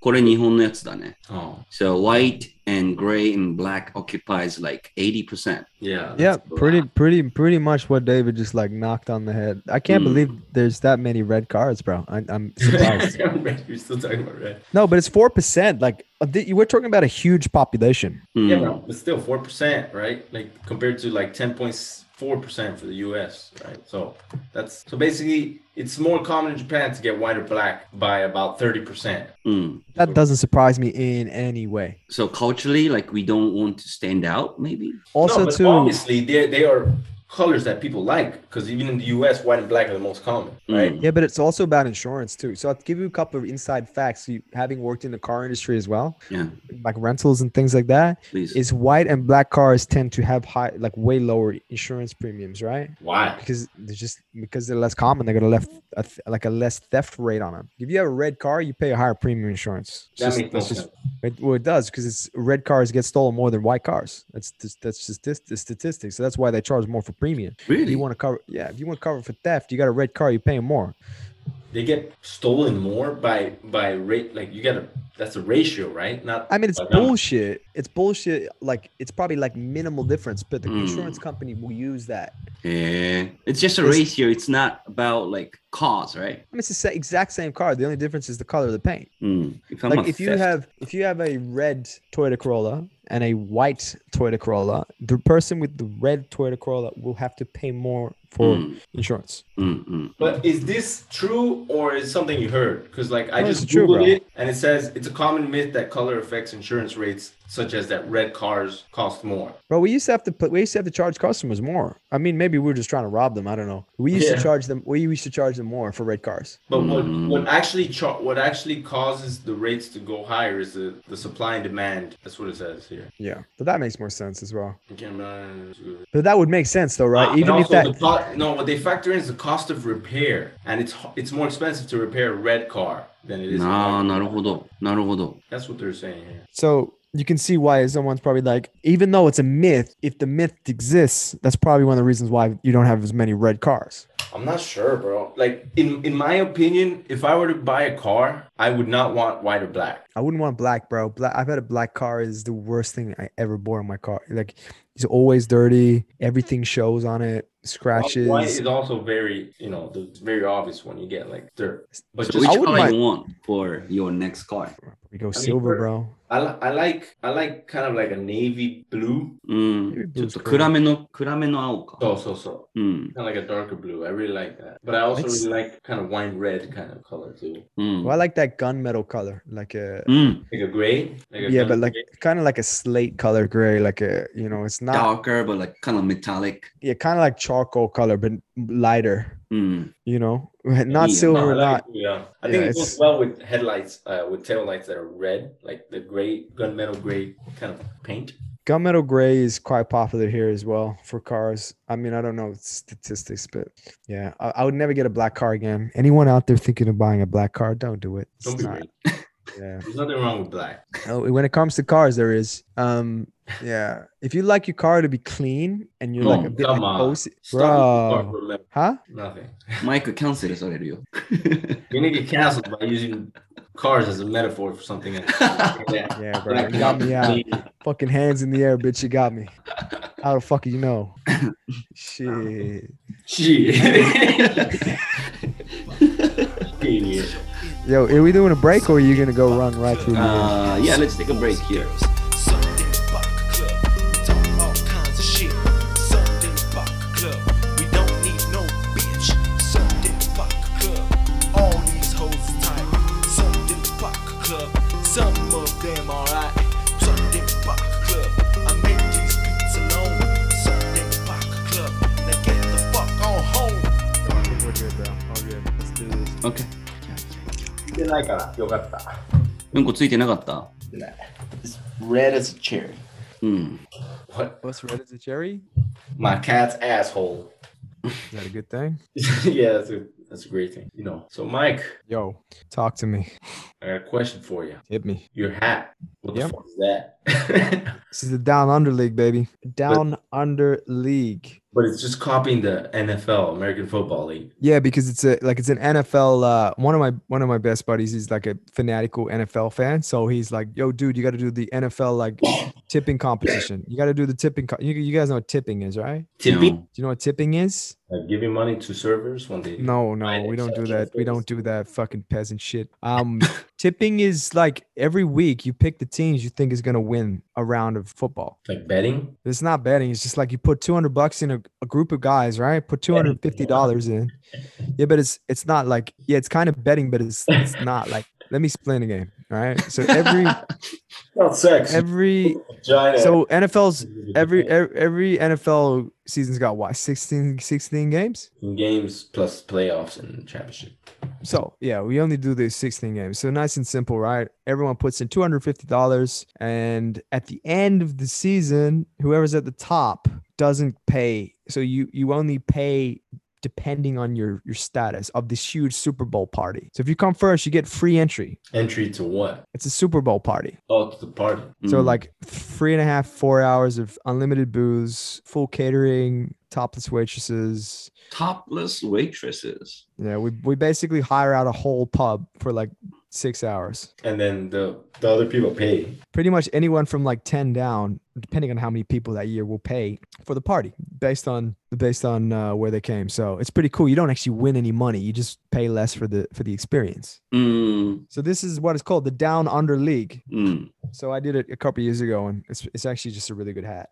Speaker 2: これ日本のやつだね。
Speaker 3: Oh.
Speaker 2: So white and gray and black occupies like 80%.
Speaker 3: Yeah.
Speaker 1: Yeah,
Speaker 2: That's a
Speaker 1: pretty,
Speaker 2: lot.
Speaker 1: pretty, pretty much what David just like knocked on the head. I can't
Speaker 2: Mm.
Speaker 1: believe there's that many red cars, bro. I, I'm surprised.
Speaker 3: We're still talking about red.
Speaker 1: No, but it's four percent. Like uh, th- we're talking about a huge population.
Speaker 2: うん。
Speaker 3: Yeah, but- but still four percent, right? Like compared to like ten point four percent for the U.S., right? So that's so basically it's more common in Japan to get white or black by about thirty percent.
Speaker 2: うん。
Speaker 1: That doesn't surprise me in any way.
Speaker 2: mm. So culturally, like we don't want to stand out, maybe?
Speaker 1: Also,
Speaker 3: no, but
Speaker 1: too,
Speaker 3: obviously they they are colors that people like because even in the U.S., white and black are the most common, right?
Speaker 2: うん。
Speaker 1: yeah, but it's also about insurance too. So I'll give you a couple of inside facts. You, having worked in the car industry as well,
Speaker 2: Yeah,
Speaker 1: like rentals and things like that,
Speaker 2: please.
Speaker 1: is white and black cars tend to have high, like way lower insurance premiums, right?
Speaker 3: Why?
Speaker 1: Because they're just because they're less common, they're gonna left a th- like a less theft rate on them. If you have a red car, you pay a higher premium insurance. It's
Speaker 3: That
Speaker 1: just-
Speaker 3: makes no
Speaker 1: that's just
Speaker 3: sense.
Speaker 1: It, well, it does because it's red cars get stolen more than white cars. That's just, that's just this, the statistics. So that's why they charge more for premium. If
Speaker 2: Really?
Speaker 1: you want to cover, yeah, if you want to cover for theft, you got a red car, you're paying more.
Speaker 3: They get stolen more by by rate. Like you gotta that's a ratio, right? Not
Speaker 1: I mean, it's
Speaker 3: by number.
Speaker 1: bullshit. It's bullshit. Like it's probably like minimal difference, but the
Speaker 3: Hmm.
Speaker 2: Mm.
Speaker 1: insurance company will use that. I
Speaker 2: Yeah. It's just a
Speaker 1: It's-
Speaker 2: ratio. It's not about like cause, right?
Speaker 1: mean, it's the sa- exact same car. The only difference is the color of the paint.
Speaker 2: うん。If I'm
Speaker 1: Like
Speaker 2: a
Speaker 1: if you
Speaker 2: theft-
Speaker 1: have if you have a red Toyota Corolla and a white Toyota Corolla, the person with the red Toyota Corolla will have to pay more for
Speaker 3: Hmm.
Speaker 2: うん。
Speaker 1: insurance.
Speaker 2: うん。うん。
Speaker 3: But is this true or is something you heard? Because like I
Speaker 1: No,
Speaker 3: just
Speaker 1: it's true,
Speaker 3: googled
Speaker 1: bro.
Speaker 3: it and it says it's a common myth that color affects insurance rates, such as that red cars cost more.
Speaker 1: Bro, we used to have to put, we used to have to charge customers more. I mean, maybe we were just trying to rob them. I don't know. We used
Speaker 3: Yeah.
Speaker 1: to charge them. We used to charge them more for red cars.
Speaker 3: But
Speaker 2: Mm.
Speaker 3: what what actually char- what actually causes the rates to go higher is the, the supply and demand. That's what it says here.
Speaker 1: Yeah, but that makes more sense as well.
Speaker 3: I can't remember.
Speaker 1: But that would make sense though, right?
Speaker 3: Ah,
Speaker 1: Even
Speaker 3: and
Speaker 1: if
Speaker 3: also
Speaker 1: that,
Speaker 3: the co- no, what they factor in is the cost of repair, and it's h- it's more expensive to repair a red car than it is. a
Speaker 2: なあ、
Speaker 3: white
Speaker 2: な
Speaker 3: car.
Speaker 2: るほど。なるほど。
Speaker 3: That's what they're saying here.
Speaker 1: so you can see why someone's probably like, even though it's a myth, if the myth exists, that's probably one of the reasons why you don't have as many red cars.
Speaker 3: I'm not sure, bro. Like in in my opinion, if I were to buy a car, I would not want white or black.
Speaker 1: I wouldn't want black, bro. Black. I've had a black car is the worst thing I ever bought in my car. Like, it's always dirty. Everything shows on it. Scratches.
Speaker 3: White is also very, you know, the it's very obvious one you get like dirt. But
Speaker 2: So
Speaker 3: just
Speaker 2: which
Speaker 1: I wouldn't
Speaker 2: color
Speaker 1: mind-
Speaker 2: you want for your next car?
Speaker 1: we go silver,
Speaker 3: we're-
Speaker 1: bro.
Speaker 3: I, li- I like I like kind of like a navy blue.
Speaker 2: うん。ちょっと暗めの、暗めの青か。
Speaker 3: So so so
Speaker 2: うん。
Speaker 3: kind of like a darker blue. I really like that. But I also
Speaker 1: Makes-
Speaker 3: really like kind of wine red kind of color too.
Speaker 2: Mm.
Speaker 1: Well, I like that gunmetal color, like a
Speaker 2: Mm.
Speaker 3: Like a gray. Like a
Speaker 1: yeah,
Speaker 3: dark
Speaker 1: but like
Speaker 3: gray.
Speaker 1: kind of like a slate color gray, like a you know, it's not
Speaker 2: Darker, but like kind of metallic.
Speaker 1: yeah, kind of like charcoal color, but lighter.
Speaker 2: Mm.
Speaker 1: you know, not
Speaker 2: Yeah.
Speaker 1: silver,
Speaker 3: No, I
Speaker 1: not
Speaker 3: like it, yeah. I think
Speaker 1: Yeah,
Speaker 3: it goes
Speaker 1: it's-
Speaker 3: well with headlights, uh, with tail lights that are red, like the gray gunmetal gray kind of paint.
Speaker 1: Gunmetal gray is quite popular here as well for cars. I mean, I don't know statistics, but yeah, I, I would never get a black car again. Anyone out there thinking of buying a black car, don't do it. It's
Speaker 3: Don't be
Speaker 1: not-
Speaker 3: weird.
Speaker 1: yeah.
Speaker 3: There's nothing wrong with black.
Speaker 1: Oh, when it comes to cars, there is. Um, yeah. If you like your car to be clean and you're like
Speaker 2: Oh,
Speaker 1: a bit
Speaker 3: come
Speaker 1: like
Speaker 3: on.
Speaker 1: OC
Speaker 3: Stop
Speaker 1: Bro.
Speaker 3: with the car for a lemon.
Speaker 1: huh?
Speaker 3: Nothing.
Speaker 2: Mike, cancel this already. yo.
Speaker 3: You need to get canceled by using cars as a metaphor for something else. yeah.
Speaker 1: Yeah, bro. You got me out. Fucking hands in the air, bitch. You got me. How the fuck you know? Shit.
Speaker 3: Gee. Idiot.
Speaker 1: Yo, are we doing a break or are you gonna go run right through? the end?
Speaker 2: uh, yeah, let's take a break here.
Speaker 4: Sunday Buck Club. Talk all kinds of shit. Sunday Buck Club. We don't need no bitch. Sunday Buck Club. All these hoes is tight. Sunday Buck Club. Some of them alright. Sunday Buck Club. I made these beats alone. Sunday Buck Club. Now get the fuck on home.
Speaker 1: I think we're good, bro. All good. Let's do this.
Speaker 2: Okay.
Speaker 3: してないからよかった。
Speaker 2: うんこついてなかった。
Speaker 4: It's red as a cherry.
Speaker 2: うん。
Speaker 3: What?
Speaker 1: What's red as a cherry?
Speaker 3: My cat's asshole.
Speaker 1: Is that a good thing?
Speaker 3: yeah, that's a that's a great thing. You know. So Mike,
Speaker 1: Yo, talk to me.
Speaker 3: I got a question for you.
Speaker 1: Hit me.
Speaker 3: Your hat. What
Speaker 1: Yep.
Speaker 3: the fuck is that?
Speaker 1: This is the Down Under League, baby. Down Under League.
Speaker 3: but it's just copying the NFL, American Football League.
Speaker 1: Yeah, because it's a like it's an NFL. Uh, one of my one of my best buddies is like a fanatical NFL fan, so he's like, "Yo, dude, you got to do the NFL like tipping competition. You got to do the tipping. Co- you, you guys know what tipping is, right?
Speaker 3: Tipping.
Speaker 1: Do you know what tipping is?
Speaker 3: Like giving money to servers when they
Speaker 1: No, no,
Speaker 3: find
Speaker 1: we don't do
Speaker 3: exceptional
Speaker 1: that. We
Speaker 3: cases.
Speaker 1: don't do that fucking peasant shit. Um, tipping is like every week you pick the teams you think is gonna win a round of football.
Speaker 3: like betting.
Speaker 1: It's not betting. It's just like you put 200 bucks in a, a group of guys, right? Put 250 dollars in. Yeah, but it's it's not like yeah, it's kind of betting, but it's it's not like. Let me explain the game. All right. So every
Speaker 3: Not sex.
Speaker 1: every
Speaker 3: vagina.
Speaker 1: so NFL's every every every NFL season's got what 16 16 games.
Speaker 3: games plus playoffs and championship.
Speaker 1: So yeah, we only do the 16 games. So nice and simple, right? Everyone puts in $250, and at the end of the season, whoever's at the top doesn't pay. So you you only pay depending on your your status of this huge Super Bowl party. So if you come first, you get free entry.
Speaker 3: Entry to what?
Speaker 1: It's a Super Bowl party.
Speaker 3: Oh, to the party.
Speaker 1: So
Speaker 2: Mm.
Speaker 1: like three and a half, four hours of unlimited booze, full catering, topless waitresses.
Speaker 2: topless waitresses.
Speaker 1: Yeah, we we basically hire out a whole pub for like six hours.
Speaker 3: And then the the other people pay.
Speaker 1: pretty much anyone from like 10 down depending on how many people that year will pay for the party based on based on uh, where they came so it's pretty cool you don't actually win any money you just pay less for the for the experience
Speaker 2: Mm.
Speaker 1: so this is what is called the down under league
Speaker 2: Mm.
Speaker 1: so i did it a couple years ago and it's, it's actually just a really good hat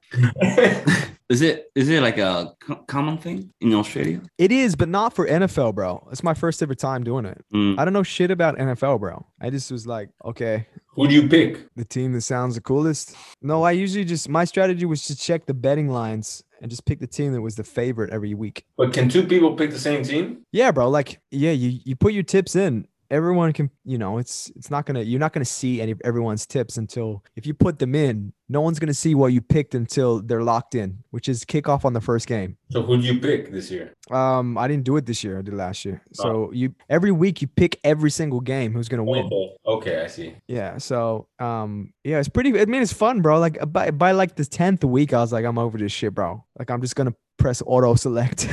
Speaker 2: Is it is it like a co- common thing in Australia?
Speaker 1: it is but not for nfl bro it's my first ever time doing it
Speaker 2: Mm.
Speaker 1: i don't know shit about nfl bro i just was like okay
Speaker 3: Who do you pick?
Speaker 1: the team that sounds the coolest. No, I usually just my strategy was to check the betting lines and just pick the team that was the favorite every week.
Speaker 3: But can two people pick the same team?
Speaker 1: Yeah, bro. Like, yeah, you you put your tips in. Everyone can, you know, it's it's not gonna you're not gonna see any everyone's tips until if you put them in. No one's gonna see what you picked until they're locked in, which is kickoff on the first game.
Speaker 3: So who do you pick this year?
Speaker 1: Um, I didn't do it this year. I did last year.
Speaker 3: Oh.
Speaker 1: So you every week you pick every single game who's gonna win.
Speaker 3: Okay. Oh, Okay, I see.
Speaker 1: Yeah. So, um, yeah, it's pretty. I mean, it's fun, bro. Like uh, by by like the tenth week, I was like, I'm over this shit, bro. Like I'm just gonna press auto select.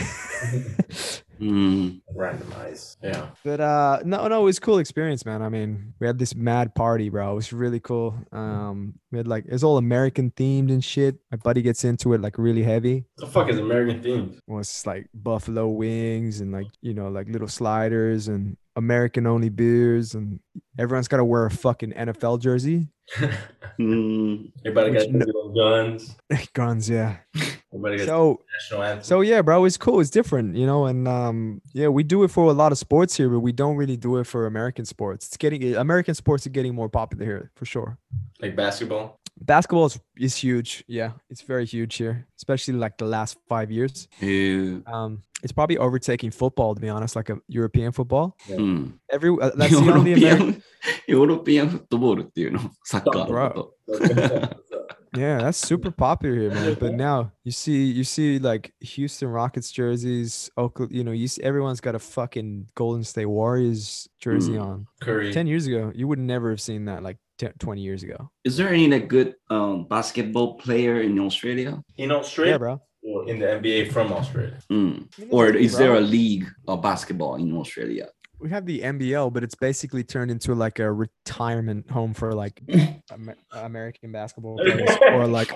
Speaker 2: Mm.
Speaker 3: Randomize. Yeah.
Speaker 1: but uh, no, no, it was a cool experience, man. I mean, we had this mad party, bro. It was really cool. Um, we had like it's all American themed and shit. My buddy gets into it like really heavy.
Speaker 3: The fuck is American themed?
Speaker 1: Well, it's like buffalo wings and like you know like little sliders and American only beers and everyone's gotta wear a fucking NFL jersey.
Speaker 2: Mm.
Speaker 3: Everybody got
Speaker 1: Which no-
Speaker 3: little guns.
Speaker 1: Guns, yeah.
Speaker 3: Everybody got
Speaker 1: So
Speaker 3: national anthem.
Speaker 1: So yeah, bro, it's cool. It's different, you know. And um, yeah, we do it for a lot of sports here, but we don't really do eh, it for American sports. It's getting American sports are getting more popular here for sure.
Speaker 3: like basketball.
Speaker 1: Basketball is, is huge. Yeah, it's very huge here, especially like the last five years.
Speaker 2: Yeah.
Speaker 1: Um, it's probably overtaking football, to be honest, like a European football.
Speaker 2: Mm.
Speaker 1: Every uh, that's the only American.
Speaker 2: ヨーロピアン、ヨーロピアンフットボールっていうの、 サッカーのこと。
Speaker 1: Yeah, that's super popular here, man. But now you see, you see like Houston Rockets jerseys. Oakland, you know, you see, everyone's got a fucking Golden State Warriors jersey
Speaker 2: Mm.
Speaker 1: on.
Speaker 3: Curry.
Speaker 1: Ten years ago, you would never have seen that. Like 10, 20 years ago.
Speaker 2: Is there any like, good um, basketball player in Australia?
Speaker 3: in
Speaker 1: Yeah,
Speaker 3: Australia
Speaker 1: bro.
Speaker 3: or in the NBA from Australia?
Speaker 2: Mm. Or is there a league of basketball in Australia?
Speaker 1: We have the NBL, but it's basically turned into like a retirement home for like Amer- American basketball players, or like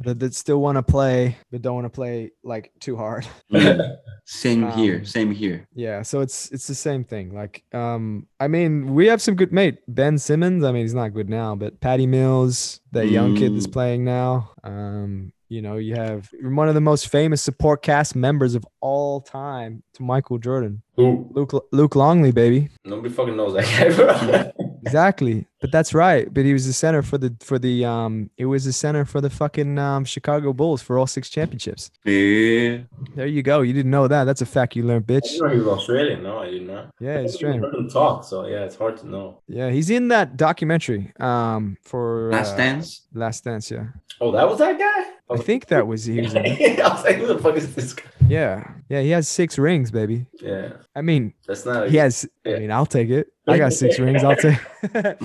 Speaker 1: that, that still want to play but don't want to play like too hard.
Speaker 2: Mm. Same
Speaker 1: Um,
Speaker 2: here. Same here.
Speaker 1: Yeah, so it's it's the same thing. Like, um, I mean, we have some good mate Ben Simmons. I mean, he's not good now, but Patty Mills, that young kid that's
Speaker 2: Mm.
Speaker 1: playing now. Um, you know, you have one of the most famous support cast members of all time to Michael Jordan,
Speaker 3: Who?
Speaker 1: Luke Luke Longley, baby.
Speaker 3: Nobody fucking knows that guy, bro.
Speaker 1: Exactly, but that's right. But he was the center for the for the um, it was the center for the fucking um Chicago Bulls for all six championships.
Speaker 2: Yeah.
Speaker 1: There you go. You didn't know that. That's a fact you learned,
Speaker 3: I
Speaker 1: bitch.
Speaker 3: didn't know he was Australian. No, I did not.
Speaker 1: Yeah, it's
Speaker 3: I
Speaker 1: strange.
Speaker 3: heard him talk, so yeah, it's hard to know.
Speaker 1: Yeah, he's in that documentary um for
Speaker 2: Last
Speaker 1: uh,
Speaker 2: dance.
Speaker 1: Last Dance, yeah.
Speaker 3: Oh, that was that guy?
Speaker 1: I
Speaker 3: was-
Speaker 1: think that was he was in it.
Speaker 3: I was like, who the fuck is this guy?
Speaker 1: Yeah. Yeah, he has six rings, baby.
Speaker 3: Yeah,
Speaker 1: I mean,
Speaker 3: that's
Speaker 2: Oh,
Speaker 3: not.
Speaker 1: he has I
Speaker 3: Yeah.
Speaker 1: mean, I'll take it. I got six rings, I'll take
Speaker 3: No.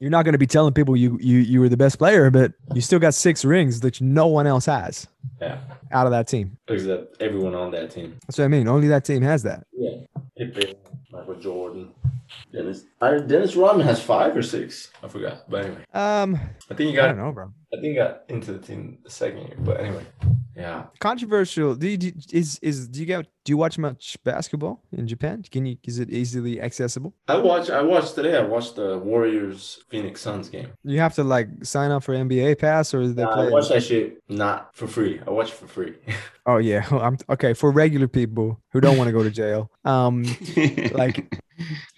Speaker 1: You're not gonna be telling people you you you were the best player, but you still got six rings that no one else has
Speaker 3: Yeah,
Speaker 1: out of that team.
Speaker 3: except everyone on that team.
Speaker 1: That's what I mean. Only that team has that.
Speaker 3: Yeah, Pippen, Michael Jordan, Dennis. I, Dennis Rodman has five or six. I forgot, but anyway,
Speaker 1: Um
Speaker 3: I think he
Speaker 1: I don't
Speaker 3: got.
Speaker 1: know, bro.
Speaker 3: I think he got into the team the second year, but anyway, yeah.
Speaker 1: Controversial. Do you, do you- is is do you get do you watch much basketball in Japan? Can you is it easily accessible?
Speaker 3: I watched. I watched today. I watched the Warriors Phoenix Suns game.
Speaker 1: You have to like sign up for NBA pass or is they
Speaker 3: Nah,
Speaker 1: play
Speaker 3: I watched that shit not for free. I watched it for free.
Speaker 1: Oh yeah, I'm okay for regular people who don't want to go to jail. Um, like,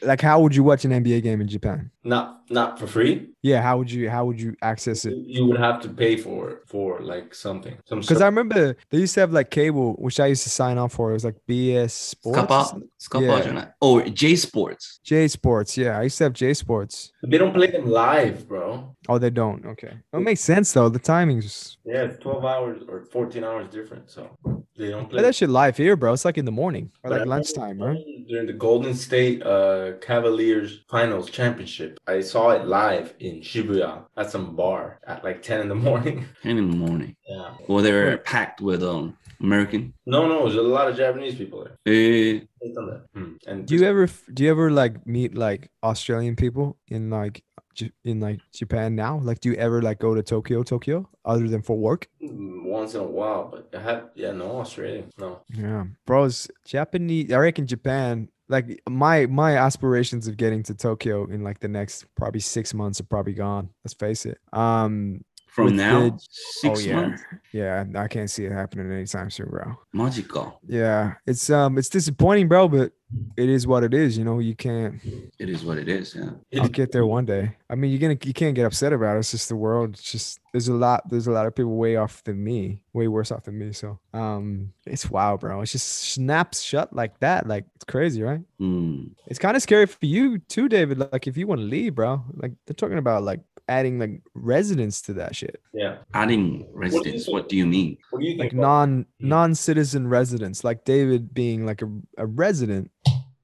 Speaker 1: like how would you watch an NBA game in Japan?
Speaker 3: not not for free.
Speaker 1: Yeah, how would you how would you access it?
Speaker 3: You would have to pay for it for like something. Some
Speaker 1: Because I
Speaker 3: ser-
Speaker 1: remember they used to have like cable, which I used to sign up for. It was like BS Sports, or
Speaker 2: スカパ
Speaker 1: something?
Speaker 2: スカパじゃない。Oh, J Sports.
Speaker 1: J Sports. Yeah, I used to have J Sports.
Speaker 3: they don't play them live, bro.
Speaker 1: Oh, they don't. Okay, it makes sense though. The timings.
Speaker 3: Yeah, it's twelve hours or fourteen hours different, so they don't play.
Speaker 1: Play that shit live here, bro. It's like in the morning or
Speaker 3: But I
Speaker 1: like
Speaker 3: remember
Speaker 1: lunchtime, right?
Speaker 3: During the Golden State uh, Cavaliers Finals Championship, I saw it live in Shibuya at some bar at like ten in the morning.
Speaker 2: 10 in the morning.
Speaker 3: yeah.
Speaker 2: Well, they were packed with um American.
Speaker 3: No, no, there's a lot of Japanese people there.
Speaker 2: Eh,
Speaker 3: It's on that. Hmm. And
Speaker 1: Do you ever f- do you ever like meet like Australian people in like J- in like Japan now? Like, do you ever like go to Tokyo, Tokyo, other than for work?
Speaker 3: once in a while, but I have yeah, no Australian, no.
Speaker 1: Yeah, bros. Japanese. I reckon Japan. Like my my aspirations of getting to Tokyo in like the next probably six months are probably gone. Let's face it. Um,
Speaker 2: from
Speaker 1: With
Speaker 2: now?
Speaker 1: the-
Speaker 2: Six
Speaker 1: oh, yeah.
Speaker 2: months.
Speaker 1: yeah, I can't see it happening anytime soon, bro.
Speaker 2: マジか。
Speaker 1: Yeah, it's um, it's disappointing, bro, but it is what it is. You know, you can't.
Speaker 2: It is what it is. Yeah.
Speaker 1: I'll get there one day. I mean, you're gonna you can't get upset about it. It's just the world. It's just there's a lot there's a lot of people way off than me, way worse off than me. So um, it's wild, bro. It's just snaps shut like that. Like it's crazy, right?
Speaker 2: うん。
Speaker 1: It's kind of scary for you too, David. Like if you want to leave, bro. Like they're talking about like adding like residence to that shit,
Speaker 3: Yeah.
Speaker 2: Adding residence. What do you mean?
Speaker 3: What do you
Speaker 1: like
Speaker 3: think?
Speaker 1: non non citizen residence. Like David being like a, a resident,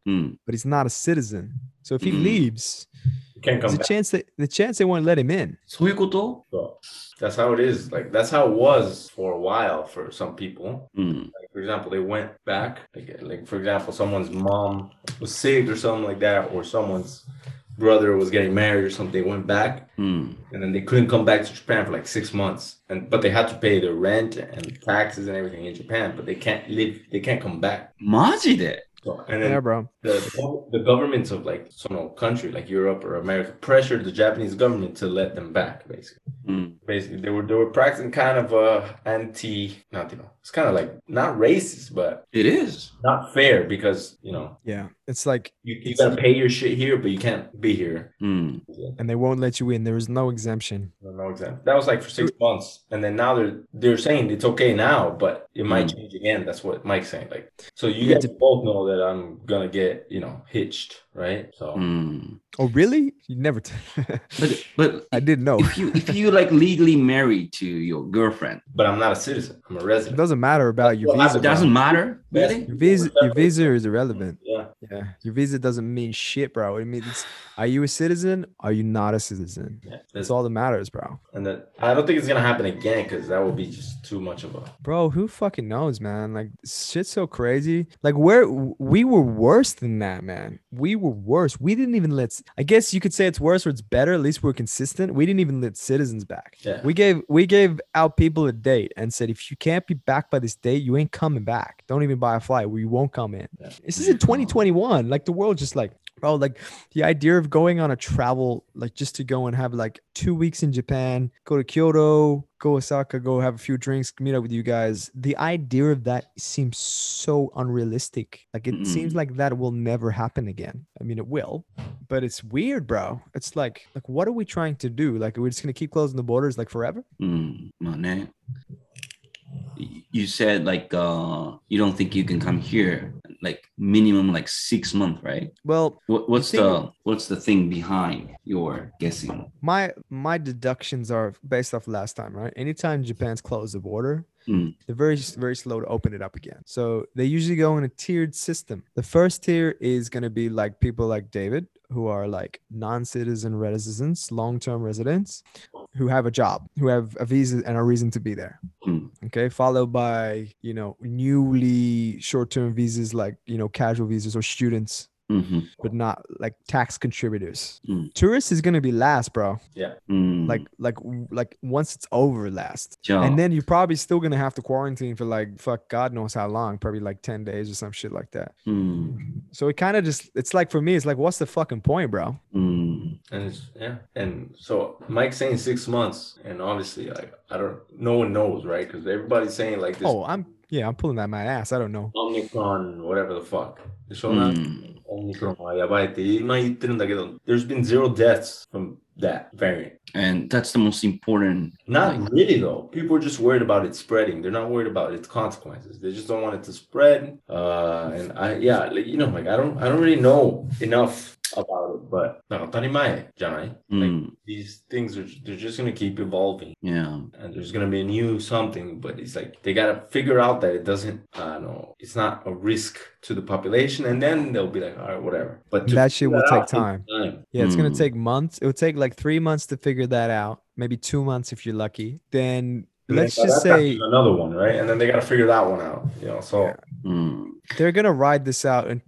Speaker 2: うん。
Speaker 1: but he's not a citizen. So if he
Speaker 2: Mhm.
Speaker 1: leaves,
Speaker 3: you can't
Speaker 1: there's
Speaker 3: come
Speaker 1: a
Speaker 3: back.
Speaker 1: chance that the chance they won't let him in.
Speaker 2: そういうこと
Speaker 3: bro. That's how it is. Like that's how it was for a while for some people.
Speaker 2: うん。
Speaker 3: Like, for example, they went back. Like, like for example, someone's mom was sick or something like that, or someone's brother was getting married or something. They went back,
Speaker 2: うん。
Speaker 3: and then they couldn't come back to Japan for like six months. And but they had to pay their rent and taxes and everything in Japan. But they can't live. They can't come back.
Speaker 2: マジで
Speaker 3: So, and then
Speaker 1: Yeah, bro.
Speaker 3: the gov- the governments of like some country like Europe or America pressured the Japanese government to let them back, basically.
Speaker 2: うん。
Speaker 3: Basically, they were they were practicing kind of a uh, anti not you know it's kind of like not racist, but
Speaker 2: It is.
Speaker 3: not fair because you know
Speaker 1: Yeah. It's like,
Speaker 3: you, you gotta pay your shit here, but you can't be here.
Speaker 2: Mm.
Speaker 1: and they won't let you in. There is no exemption.
Speaker 3: No exam. That was like for six months, and then now they're they're saying it's okay now, but it might
Speaker 2: Mm.
Speaker 3: change again. That's what Mike's saying. Like, so you
Speaker 1: Yeah,
Speaker 3: guys
Speaker 1: to-
Speaker 3: both know that I'm gonna get you know hitched, right? So
Speaker 2: Mm.
Speaker 1: Oh, really? You never. T-
Speaker 2: But but
Speaker 1: I didn't know.
Speaker 2: if you if you like legally married to your girlfriend,
Speaker 3: but I'm not a citizen. I'm a
Speaker 1: It
Speaker 3: resident.
Speaker 1: doesn't matter about your
Speaker 3: Well, I-
Speaker 1: visa.
Speaker 2: it doesn't matter.
Speaker 3: That's-
Speaker 2: Really?
Speaker 1: Your visa, your visa is irrelevant.
Speaker 3: Yeah.
Speaker 1: Yeah, your visa doesn't mean shit, bro. It means are you a citizen? Are you not a citizen?
Speaker 3: yeah.
Speaker 1: That's
Speaker 3: That's-
Speaker 1: all that matters, bro.
Speaker 3: And that I don't think it's gonna happen again because that would be just too much of a.
Speaker 1: Bro, who fucking knows, man? Like shit's so crazy. Like where we were worse than that, man. We were worse. We didn't even let. I guess you could say it's worse or it's better. At least we're consistent. We didn't even let citizens back.
Speaker 3: Yeah.
Speaker 1: We gave we gave out people a date and said if you can't be back by this date, you ain't coming back. Don't even buy a flight. We won't come in.
Speaker 3: Yeah.
Speaker 1: This is in 2021. Like the world just like bro, like the idea of going on a travel, like just to go and have like two weeks in Japan, go to Kyoto, go Osaka, go have a few drinks, meet up with you guys. The idea of that seems so unrealistic. Like it
Speaker 2: Mm-mm.
Speaker 1: seems like that will never happen again. I mean, it will, but it's weird, bro. It's like, like what are we trying to do? Like we're just gonna keep closing the borders like forever?
Speaker 2: Mm, my man. You said like uh you don't think you can come here like minimum like six months, right?
Speaker 1: Well,
Speaker 2: What, what's
Speaker 1: think-
Speaker 2: the what's the thing behind your guessing?
Speaker 1: my my deductions are based off last time, right? Anytime Japan's closed the border,
Speaker 2: Mm.
Speaker 1: they're very very slow to open it up again. So they usually go in a tiered system. The first tier is going to be like people like David who are like non-citizen residents, long-term residents who have a job, who have a visa and a reason to be there.
Speaker 2: Mm.
Speaker 1: Okay, followed by, you know, newly short-term visas like, you know, casual visas or students
Speaker 2: hmm
Speaker 1: but not like tax contributors.
Speaker 2: Mm.
Speaker 1: Tourists is gonna be last, bro.
Speaker 2: Mm,
Speaker 1: Like
Speaker 3: Mm-hmm.
Speaker 1: like like once it's over, last.
Speaker 3: Oh.
Speaker 2: job.
Speaker 1: And then you're probably still gonna have to quarantine for like fuck God knows how long, probably like ten days or some shit like that.
Speaker 2: Mm,
Speaker 1: So it kind of just it's like for me, it's like what's the fucking point, bro?
Speaker 2: mm,
Speaker 3: And it's, yeah, and so Mike's saying six months, and obviously, like I don't, no one knows, right? Because everybody's saying like this
Speaker 1: Oh, I'm yeah, I'm pulling that my ass. I don't know.
Speaker 3: Omicron, whatever the fuck. It's all not
Speaker 2: mm.
Speaker 3: Omicron はやばいって今言ってるんだけど there's been zero deaths from that variant.
Speaker 2: And that's the most important.
Speaker 3: Not really though. People are just worried about it spreading. They're not worried about its consequences. They just don't want it to spread. Uh, and I, yeah, like, you know, like I don't, I don't really know enough about it. But なんか当たり前じゃない、like,
Speaker 2: Mm,
Speaker 3: these things are, they're just gonna keep evolving.
Speaker 2: yeah.
Speaker 3: and Uh, there's gonna be a new something, but it's like they gotta figure out that it doesn't, uh, no, it's not a risk to the population, and then they'll be like, all right, whatever. But to
Speaker 1: That shit
Speaker 3: figure
Speaker 1: will
Speaker 3: that
Speaker 1: take
Speaker 3: out takes
Speaker 1: time. Yeah, it's gonna
Speaker 2: Mm.
Speaker 1: take months. It would take like three months to figure that out. Maybe two months if you're lucky. Then
Speaker 3: And then
Speaker 1: let's
Speaker 3: by
Speaker 1: just
Speaker 3: that time,
Speaker 1: say
Speaker 3: another one, right? And then they gotta figure that one out, you know. So
Speaker 1: Yeah.
Speaker 2: Mm,
Speaker 1: they're gonna ride this out and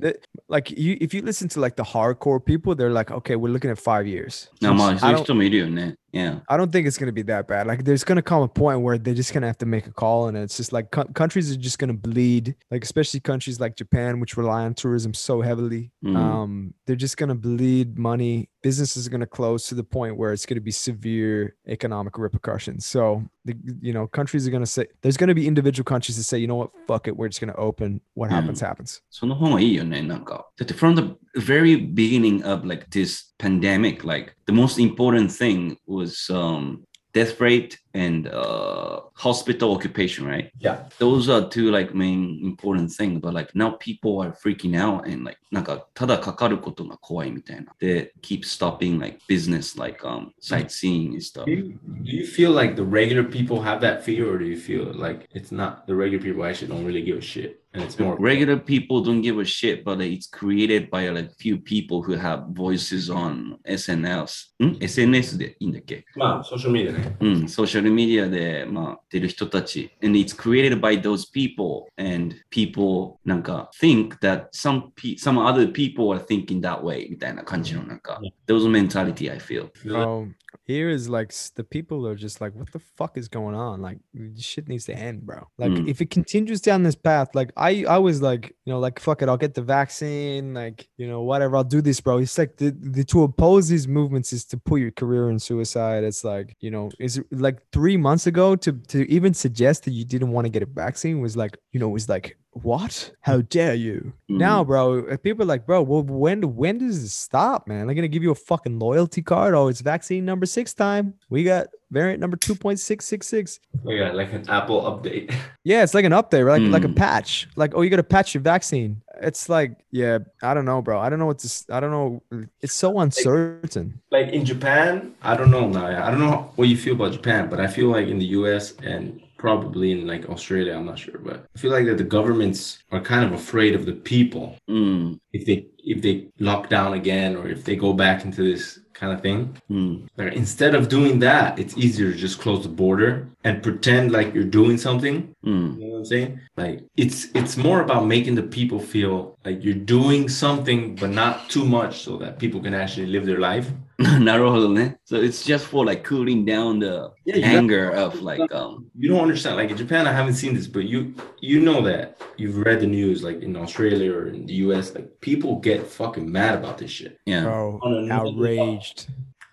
Speaker 1: th- like you if you listen to like the hardcore people they're like okay we're looking at five years
Speaker 2: no, my
Speaker 1: I don't,
Speaker 2: Yeah.
Speaker 1: I don't think it's gonna be that bad like there's gonna come a point where they're just gonna have to make a call and it's just like coun- countries are just gonna bleed like especially countries like japan which rely on tourism so heavily
Speaker 2: Mhm.
Speaker 1: um they're just gonna bleed money businesses are gonna close to the point where it's gonna be severe economic repercussions so the, you know countries are gonna say there's gonna be individual countries that say you know what fuck it we're just gonna open what
Speaker 2: Yeah.
Speaker 1: happens happens
Speaker 2: その方がいいよね、なんか。だって from the very beginning of like this pandemic, like the most important thing was um death rate and uh hospital occupation, right?
Speaker 3: Yeah.
Speaker 2: Those are two like main important things, but like now people are freaking out and like なんかただかかることが怖いみたいな。They keep stopping like business like um sightseeing and stuff.
Speaker 3: do you, do you feel like the regular people have that fear, or do you feel like it's not the regular people actually don't really give a shit, and it's more
Speaker 2: regular people don't give a shit, but it's created by like few people who have voices on SNLs. ん SNS でいいんだっけ
Speaker 3: まあ social media ね。
Speaker 2: うん、ソーシャルメディアで、まあ、出る人たち。And it's created by those people. And people なんか think that some, pe some other people are thinking that way みたいな感じのなんか、those mentality I feel.
Speaker 1: Um, here is like s- the people are just like, what the fuck is going on? Like, this shit needs to end, bro. Like,
Speaker 2: Mm.
Speaker 1: if it continues down this path, like I I was like, you know, like fuck it, I'll get the vaccine, like you know, whatever, I'll do this, bro. It's like the, the to oppose these movements is to put your career in suicide. It's like you know, is it- like three months ago to to even suggest that you didn't want to get a vaccine was like you know was like what? How dare you?
Speaker 2: Hmm. Mm-hmm.
Speaker 1: Now, bro, if people are like, bro, well, when when does this stop, man? They're gonna give you a fucking loyalty card. Oh, it's vaccine number six time. We got variant number two point six six six.
Speaker 3: We got like an Apple update.
Speaker 1: Yeah, it's like an update, right? like like a
Speaker 2: Mm.
Speaker 1: patch. Like, oh, you got to patch your vaccine. It's like, yeah, I don't know, bro. I don't know what this. I don't know. It's so uncertain.
Speaker 3: Like in Japan, I don't know now. I don't know what you feel about Japan, but I feel like in the US and probably in like Australia, I'm not sure, but I feel like that the governments are kind of afraid of the people
Speaker 2: Mm,
Speaker 3: if they if they lock down again or if they go back into this kind of thing.
Speaker 2: mm,
Speaker 3: Like instead of doing that, it's easier to just close the border and pretend like you're doing something.
Speaker 2: mm.
Speaker 3: You know what I'm saying? Like it's it's more about making the people feel like you're doing something, but not too much, so that people can actually live their life.
Speaker 2: 나로네. So it's just for like cooling down the
Speaker 3: Yeah, you
Speaker 2: anger of like um
Speaker 3: You don't understand. Like in Japan, I haven't seen this, but you you know that you've read the news, like in Australia or in the US, like people get fucking mad about this shit.
Speaker 2: yeah.
Speaker 1: Bro,
Speaker 3: On another
Speaker 1: outraged.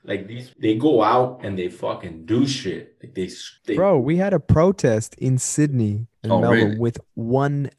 Speaker 3: Like these, they go out and they fucking do shit. Like they, s- they
Speaker 1: Bro, we had a protest in Sydney and
Speaker 2: Oh,
Speaker 1: Melbourne
Speaker 2: really?
Speaker 1: with 1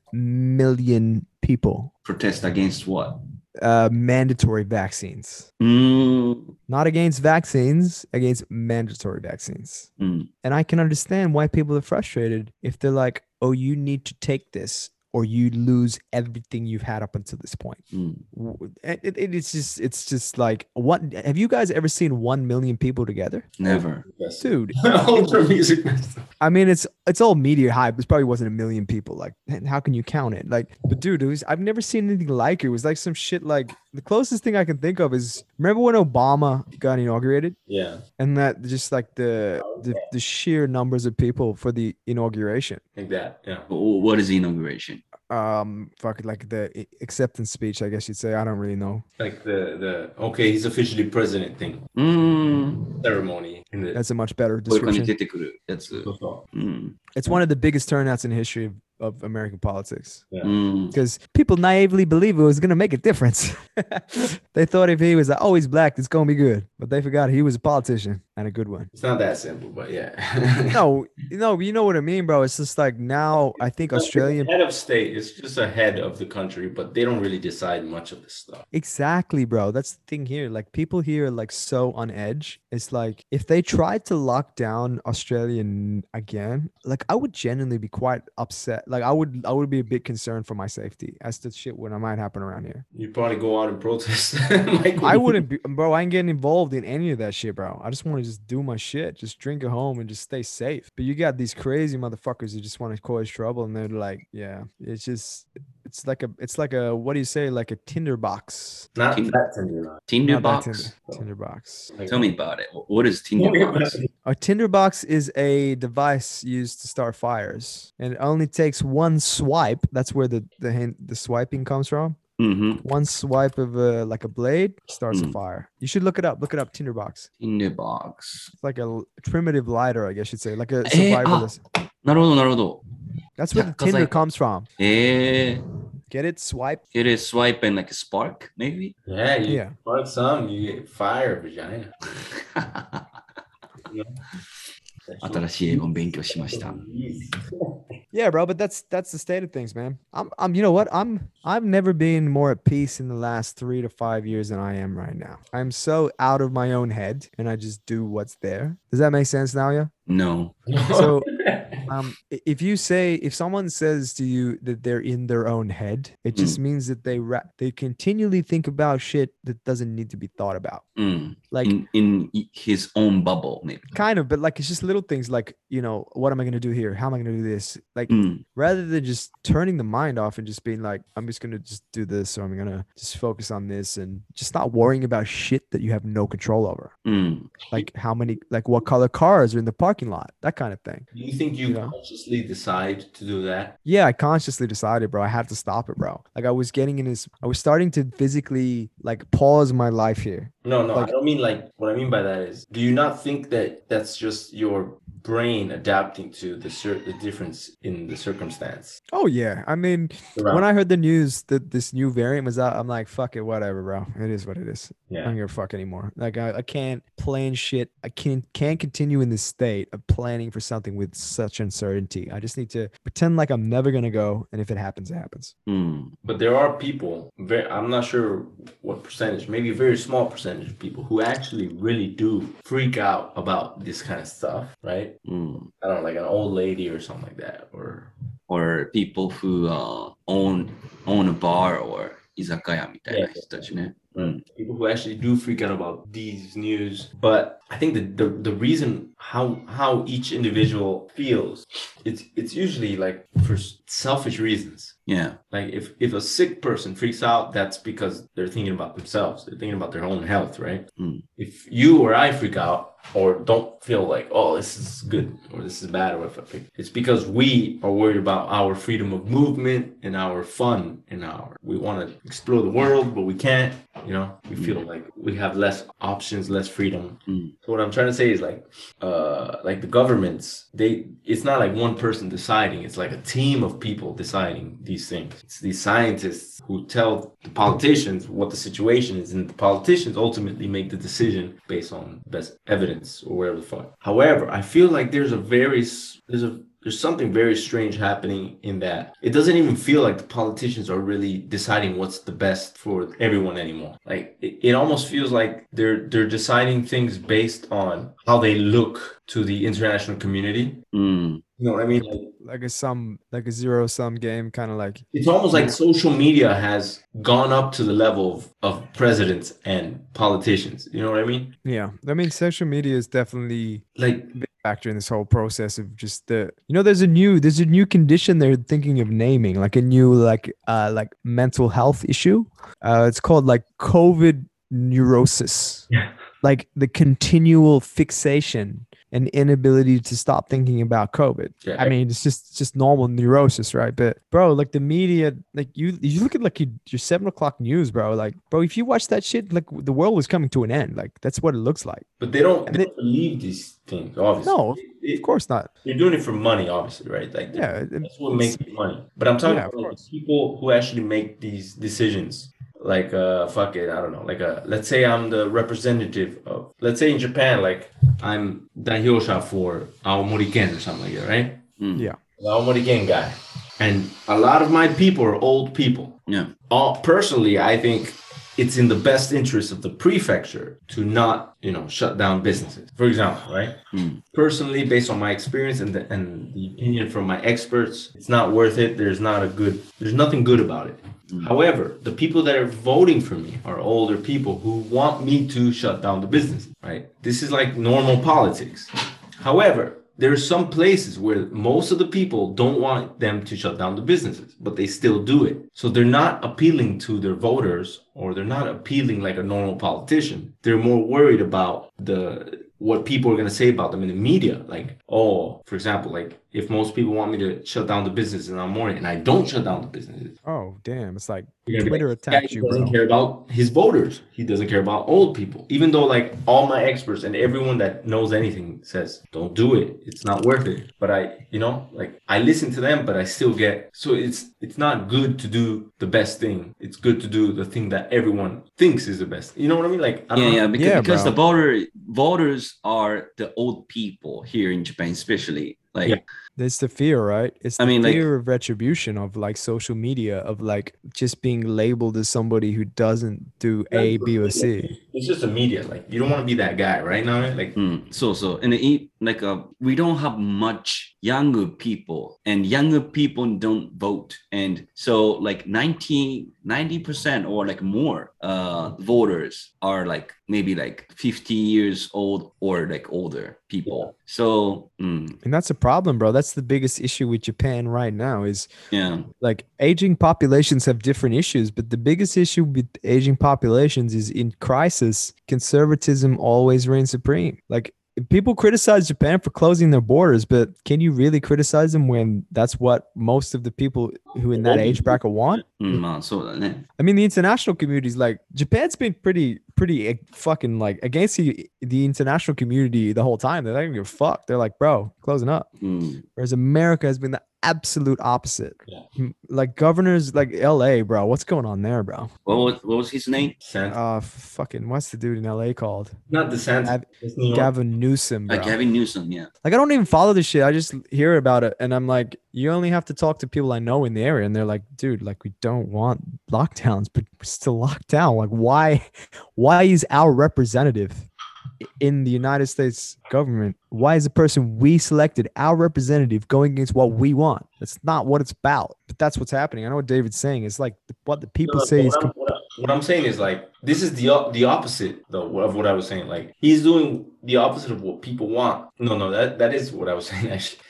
Speaker 1: million people.
Speaker 2: Protest against what?
Speaker 1: Uh, mandatory vaccines.
Speaker 2: Mm,
Speaker 1: Not against vaccines, against mandatory vaccines.
Speaker 2: mm,
Speaker 1: And I can understand why people are frustrated if they're like, oh, you need to take this or you lose everything you've had up until this point.
Speaker 2: mm.
Speaker 1: W- It, it- it- it's just, it's just like, what? Have you guys ever seen 1 million people together?
Speaker 2: Never.
Speaker 1: Dude,
Speaker 3: Older music festival.
Speaker 1: I mean, it's it's all media hype. It probably wasn't a million people. Like, h- how can you count it? Like, but dude, it was, I've never seen anything like it. It was like some shit. Like the closest thing I can think of is remember when Obama got inaugurated,
Speaker 3: Yeah,
Speaker 1: and that just like the the, the sheer numbers of people for the inauguration.
Speaker 3: like that. Yeah.
Speaker 2: Wh- What is inauguration?
Speaker 1: Um, fuck, like the i- acceptance speech. I guess you'd say. I don't really know.
Speaker 3: like the the okay he's officially president thing
Speaker 2: Mm.
Speaker 3: ceremony in the
Speaker 1: That's a much better
Speaker 2: 보이콘이
Speaker 1: description.
Speaker 2: 出てくる. That's uh, mm,
Speaker 1: It's one of the biggest turnouts in the history of, of American politics.
Speaker 2: mm,
Speaker 1: because people naively believe it was going to make a difference. they thought if he was like, oh, he's black, it's going to be good. But they forgot he was a politician and a good one.
Speaker 3: it's not that simple but yeah
Speaker 1: No, no, you know what I mean, bro. It's just like now I think Australian.
Speaker 3: head of state is just a head of the country but they don't really decide much of this stuff
Speaker 1: Exactly, bro. That's the thing here. Like people here are like so on edge. It's like if they tried to lock down Australian again, like I would genuinely be quite upset. Like I would, I would be a bit concerned for my safety as to shit when I might happen around here.
Speaker 3: you probably go out and protest like
Speaker 1: I wouldn't be, bro. I ain't getting involved in any of that shit, bro. I just want to just do my shit, just drink at home and just stay safe. But you got these crazy motherfuckers who just want to cause trouble, and they're like, yeah, it's just, it's like a, it's like a, what do you say, like a tinderbox.
Speaker 3: not
Speaker 2: Tinder.
Speaker 3: that Tinder.
Speaker 2: Tinder
Speaker 1: Not that
Speaker 2: box.
Speaker 1: Tinder- Tinderbox.
Speaker 3: Like,
Speaker 2: Tell me about it. Wh- What is Tinder box?
Speaker 1: A tinderbox is a device used to start fires, and it only takes one swipe. That's where the the hand, the swiping comes from.
Speaker 2: Mm-hmm.
Speaker 1: One swipe of a like a blade starts a
Speaker 2: Mm.
Speaker 1: fire. You should look it up. Look it up, tinderbox.
Speaker 2: Tinder box.
Speaker 1: It's like a l- primitive lighter, I guess you'd say, like a
Speaker 2: Eh, ah.
Speaker 1: survivalist.
Speaker 2: なるほどなるほど。
Speaker 1: That's where
Speaker 2: yeah,
Speaker 1: the
Speaker 2: 'cause
Speaker 1: Tinder
Speaker 2: I-
Speaker 1: comes from.
Speaker 2: ええ
Speaker 1: Get it? Swipe.
Speaker 2: It is swipe and like a spark maybe.
Speaker 3: yeah you
Speaker 1: Yeah.
Speaker 3: spark some you get fire vagina
Speaker 2: 新しい英語を勉強しました。
Speaker 1: Yeah, bro. But that's that's the state of things, man. I'm I'm you know what? I'm I've never been more at peace in the last three to five years than I am right now. I'm so out of my own head and I just do what's there. Does that make sense now, yeah?
Speaker 2: No.
Speaker 1: So um i- if you say if someone says to you that they're in their own head, it just means that they ra- they continually think about shit that doesn't need to be thought about.
Speaker 2: うん。
Speaker 1: Like
Speaker 2: in, in his own bubble maybe.
Speaker 1: kind of but like it's just little things like you know what am i going to do here how am i going to do this like
Speaker 2: うん。
Speaker 1: rather than just turning the mind off and just being like i'm just going to just do this or i'm going to just focus on this and just not worrying about shit that you have no control over
Speaker 2: うん。
Speaker 1: like how many like what color cars are in the parking lot that kind of thing
Speaker 3: do you think you
Speaker 1: Yeah.
Speaker 3: consciously decide to do that
Speaker 1: yeah i consciously decided bro i had to stop it bro like i was getting in this i was starting to physically like pause my life here
Speaker 3: No, no,
Speaker 1: Like-
Speaker 3: I don't mean like what I mean by that is do you not think that that's just your brain adapting to the cir- the difference in the circumstance?
Speaker 1: Oh yeah, I mean, when I heard the news that this new variant was out, I'm like, fuck it, whatever, bro. It is what it is. I
Speaker 3: yeah.
Speaker 1: don't give a fuck anymore. Like I, I can't plan shit. I can't can't continue in this state of planning for something with such uncertainty. I just need to pretend like I'm never gonna go, and if it happens, it happens.
Speaker 2: Hmm.
Speaker 3: But there are people, very, I'm not sure what percentage, maybe a very small percentage of people who actually really do freak out about this kind of stuff, right?
Speaker 2: Hmm.
Speaker 3: I don't know, like an old lady or something like that, or
Speaker 2: or people who uh, own own a bar or izakaya みたいな
Speaker 3: Yeah.
Speaker 2: 人たちね。
Speaker 3: people who actually do freak out about these news. But I think that the, the reason how how each individual feels, it's it's usually like for s- selfish reasons.
Speaker 2: Yeah.
Speaker 3: Like if if a sick person freaks out, that's because they're thinking about themselves. They're thinking about their own health, right?
Speaker 2: Mm.
Speaker 3: If you or I freak out or don't feel like, oh, this is good or this is bad or whatever, it's because we are worried about our freedom of movement and our fun and our we want to explore the world, but we can't. You know, we feel like we have less options, less freedom.
Speaker 2: Mm.
Speaker 3: So what I'm trying to say is like, uh, like the governments, they it's not like one person deciding. It's like a team of people deciding these things. It's these scientists who tell the politicians what the situation is, and the politicians ultimately make the decision based on best evidence or whatever the fuck. However, I feel like there's a very s- there's a there's something very strange happening in that it doesn't even feel like the politicians are really deciding what's the best for everyone anymore like it, it almost feels like they're they're deciding things based on how they look to the international community
Speaker 2: うん。
Speaker 3: you know what i mean like,
Speaker 1: Like a some like a zero sum game, kind of like
Speaker 3: it's almost like social media has gone up to the level of, of presidents and politicians you know what i mean
Speaker 1: yeah. I mean, social media is definitely
Speaker 3: like
Speaker 1: factor in this whole process of just the you know there's a new there's a new condition they're thinking of naming like a new like uh like mental health issue uh it's called like covid neurosis
Speaker 3: Yeah.
Speaker 1: like the continual fixation and inability to stop thinking about covid
Speaker 3: yeah,
Speaker 1: I mean, it's just it's just normal neurosis, right? But bro, like the media, like you, you look at like your, your seven o'clock news, bro. Like, bro, if you watch that shit, like the world was coming to an end. Like that's what it looks like.
Speaker 3: but they don't,
Speaker 1: and
Speaker 3: they
Speaker 1: they-
Speaker 3: don't believe these things obviously
Speaker 1: No,
Speaker 3: It-
Speaker 1: Of course not.
Speaker 3: You're doing it for money, obviously, right? Like
Speaker 1: Yeah, it- it-
Speaker 3: that's what makes you money. But I'm talking
Speaker 1: Yeah, of
Speaker 3: about like, people who actually make these decisions. Like uh fuck it, I don't know. Like uh let's say I'm the representative of let's say in Japan, like I'm Dahyosha for Aomori Ken or something like that, right?
Speaker 1: Yeah.
Speaker 3: The Aomori Ken guy. And a lot of my people are old people
Speaker 2: Yeah.
Speaker 3: all personally i think it's in the best interest of the prefecture to not you know shut down businesses for example right
Speaker 2: Mm.
Speaker 3: personally based on my experience and the, and the opinion from my experts it's not worth it there's not a good there's nothing good about it however the people that are voting for me are older people who want me to shut down the business right this is like normal politics However, there are some places where most of the people don't want them to shut down the businesses, but they still do it. So they're not appealing to their voters or they're not appealing like a normal politician. They're more worried about the what people are going to say about them in the media like oh for example like if most people want me to shut down the business in the morning and i don't shut down the business
Speaker 1: Oh damn! It's like
Speaker 3: You're gonna be
Speaker 1: Twitter
Speaker 3: like, "This
Speaker 1: attacked
Speaker 3: guy
Speaker 1: you,
Speaker 3: doesn't
Speaker 1: bro."
Speaker 3: care about his voters. He doesn't care about old people. Even though, like, all my experts and everyone that knows anything says, don't do it. It's not worth it. But I, you know, like, I listen to them, but I still get. So it's it's not good to do the best thing. It's good to do the thing that everyone thinks is the best. You know what I mean? Like, I
Speaker 2: Yeah,
Speaker 3: don't
Speaker 2: yeah,
Speaker 3: know.
Speaker 2: because,
Speaker 1: Yeah,
Speaker 2: because
Speaker 1: bro.
Speaker 2: the voter voters are the old people here in Japan, especially. Like,
Speaker 3: Yeah.
Speaker 1: It's the fear, right? It's
Speaker 2: I
Speaker 1: the
Speaker 2: mean, like-
Speaker 1: fear of retribution of like social media of like just being labeled as somebody who doesn't do A, B, or C.
Speaker 3: It's just the media. Like, you don't want to be that guy, right? Now, like,
Speaker 2: Mm, so so and it, like uh, we don't have much younger people and younger people don't vote and so like 90 percent or like more uh voters are like maybe like 50 years old or like older people so mm,
Speaker 1: And that's a problem, bro. That's the biggest issue with Japan right now is
Speaker 2: yeah
Speaker 1: like aging populations have different issues, but the biggest issue with aging populations is in crisis, conservatism always reigns supreme. Like people criticize Japan for closing their borders, but can you really criticize them when that's what most of the people who in that age bracket want?
Speaker 2: うん、まあそうだね。
Speaker 1: I mean, the international community's like Japan's been pretty, pretty eh, fucking like against the, the international community the whole time. They're not even give a fuck. They're like, bro, closing up.
Speaker 2: うん。
Speaker 1: Whereas America has been the absolute opposite.
Speaker 3: Yeah.
Speaker 1: M- Like governors, like L.A., bro. What's going on there, bro?
Speaker 2: What was, what was his name?
Speaker 3: Santa.
Speaker 1: Uh, fucking, what's the dude in L.A. called?
Speaker 3: Not the Santa.
Speaker 1: Gav- Gavin Newsom, bro.
Speaker 2: Like Ah, Gavin Newsom, yeah.
Speaker 1: Like I don't even follow this shit. I just hear about it, and I'm like, you only have to talk to people I know in the area, and they're like, dude, like we don't want lockdowns, but we're still locked down. Like why, why is our representative i- in the United States government? Why is the person we selected our representative going against what we want? That's not what it's about. But that's what's happening. I know what David's saying. It's like th- what the people
Speaker 3: No,
Speaker 1: say is.
Speaker 3: what, I'm, what, I- what I'm saying is like this is the op- the opposite though of what I was saying. Like he's doing the opposite of what people want. No, no, that that is what I was saying actually.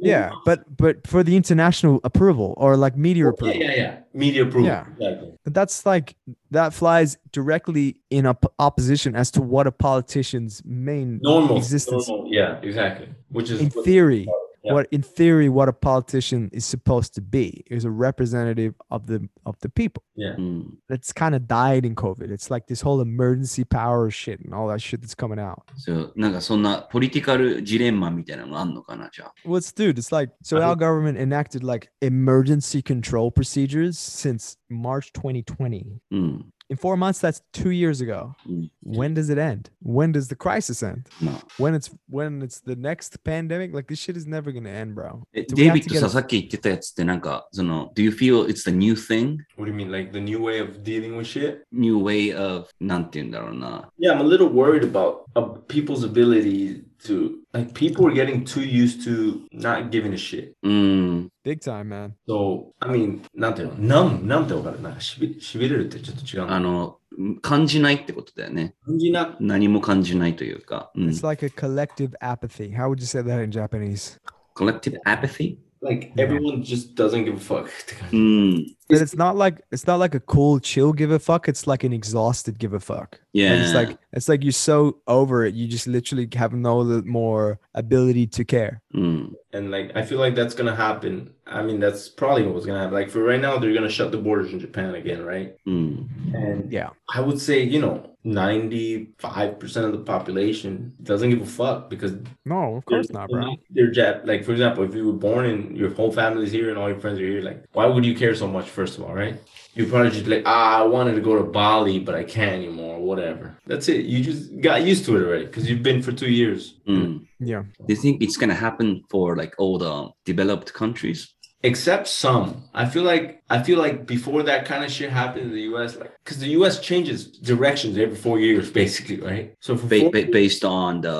Speaker 1: Yeah, but but for the international approval or like media
Speaker 3: yeah,
Speaker 1: approval.
Speaker 3: yeah, yeah. Media approval.
Speaker 1: Yeah.
Speaker 3: Exactly.
Speaker 1: But that's like that flies directly in op- opposition as to what a politician's main
Speaker 3: Normal.
Speaker 1: existence
Speaker 3: Normal. Yeah, exactly. Which is
Speaker 1: in
Speaker 3: what-
Speaker 1: theory
Speaker 3: Yeah.
Speaker 1: what in theory what a politician is supposed to be is a representative of the of the people.
Speaker 3: yeah.
Speaker 2: うん。
Speaker 1: That's kind of died in COVID. It's like this whole emergency power shit and all that shit that's coming out.
Speaker 2: そうなんかそんなポリティカルジレンマみたいなのがあんのかな、じゃあ。
Speaker 1: Well, it's dude, it's like so
Speaker 3: I
Speaker 1: our
Speaker 3: think-
Speaker 1: government enacted like emergency control procedures since March 2020.
Speaker 2: うん。
Speaker 1: In four months, that's two years ago.
Speaker 2: Mm.
Speaker 1: When does it end? When does the crisis end?
Speaker 2: まあ、
Speaker 1: when it's when it's the next pandemic like this shit is never gonna end bro
Speaker 2: え
Speaker 1: Do
Speaker 2: デ
Speaker 1: we
Speaker 2: イ
Speaker 1: have
Speaker 2: ビ
Speaker 1: to
Speaker 2: ッド
Speaker 1: get
Speaker 2: さ、
Speaker 1: a-
Speaker 2: さっき言ってたやつってなんか、その、Do you feel it's the new thing?
Speaker 3: What do you mean? Like the new way of dealing with shit?
Speaker 2: New way of, なんて言うんだろうな。
Speaker 3: Yeah, I'm a little worried about uh, people's ability to like people are getting too used to not giving a shit.
Speaker 2: うん。
Speaker 1: big time man
Speaker 2: Mm.
Speaker 3: So I mean, なんていうの、numb、numb ってわかる。なんかしびしびれるってちょっと違う
Speaker 2: あ
Speaker 3: な。
Speaker 2: の、感じないってことだよね。
Speaker 3: 感じな。
Speaker 2: 何も感じないというか。うん。
Speaker 1: it's like a collective apathy how would you say that in japanese
Speaker 2: Collective apathy?
Speaker 3: Like everyone just doesn't give a fuck って感
Speaker 2: う
Speaker 3: じ。
Speaker 2: ん。
Speaker 1: but it's not like it's not like a cool chill give a fuck it's like an exhausted give a fuck
Speaker 2: Yeah.
Speaker 1: Like, it's like it's like you're so over it you just literally have no li- more ability to care
Speaker 2: うん。
Speaker 3: And like I feel like that's gonna happen. I mean, that's probably what's gonna happen. Like for right now, they're gonna shut the borders in Japan again, right?
Speaker 2: うん。
Speaker 3: And
Speaker 1: yeah
Speaker 3: I would say, you know, 95% of the population doesn't give a fuck because
Speaker 1: no of course not bro
Speaker 3: They're Jap. Like for example, if you were born and your whole family's here and all your friends are here, like why would you care so much? First of all, right? You probably just like ah, I wanted to go to Bali, but I can't anymore. Whatever. That's it. You just got used to it already because you've been for two years.
Speaker 2: うん。
Speaker 1: yeah
Speaker 2: Do you Mm. think it's gonna happen for like all the developed countries?
Speaker 3: Except some. I feel like I feel like before that kind of shit happened in the U.S., like because the U.S. changes directions every four years, basically, right? So for
Speaker 2: Ba-
Speaker 3: four
Speaker 2: ba- based on the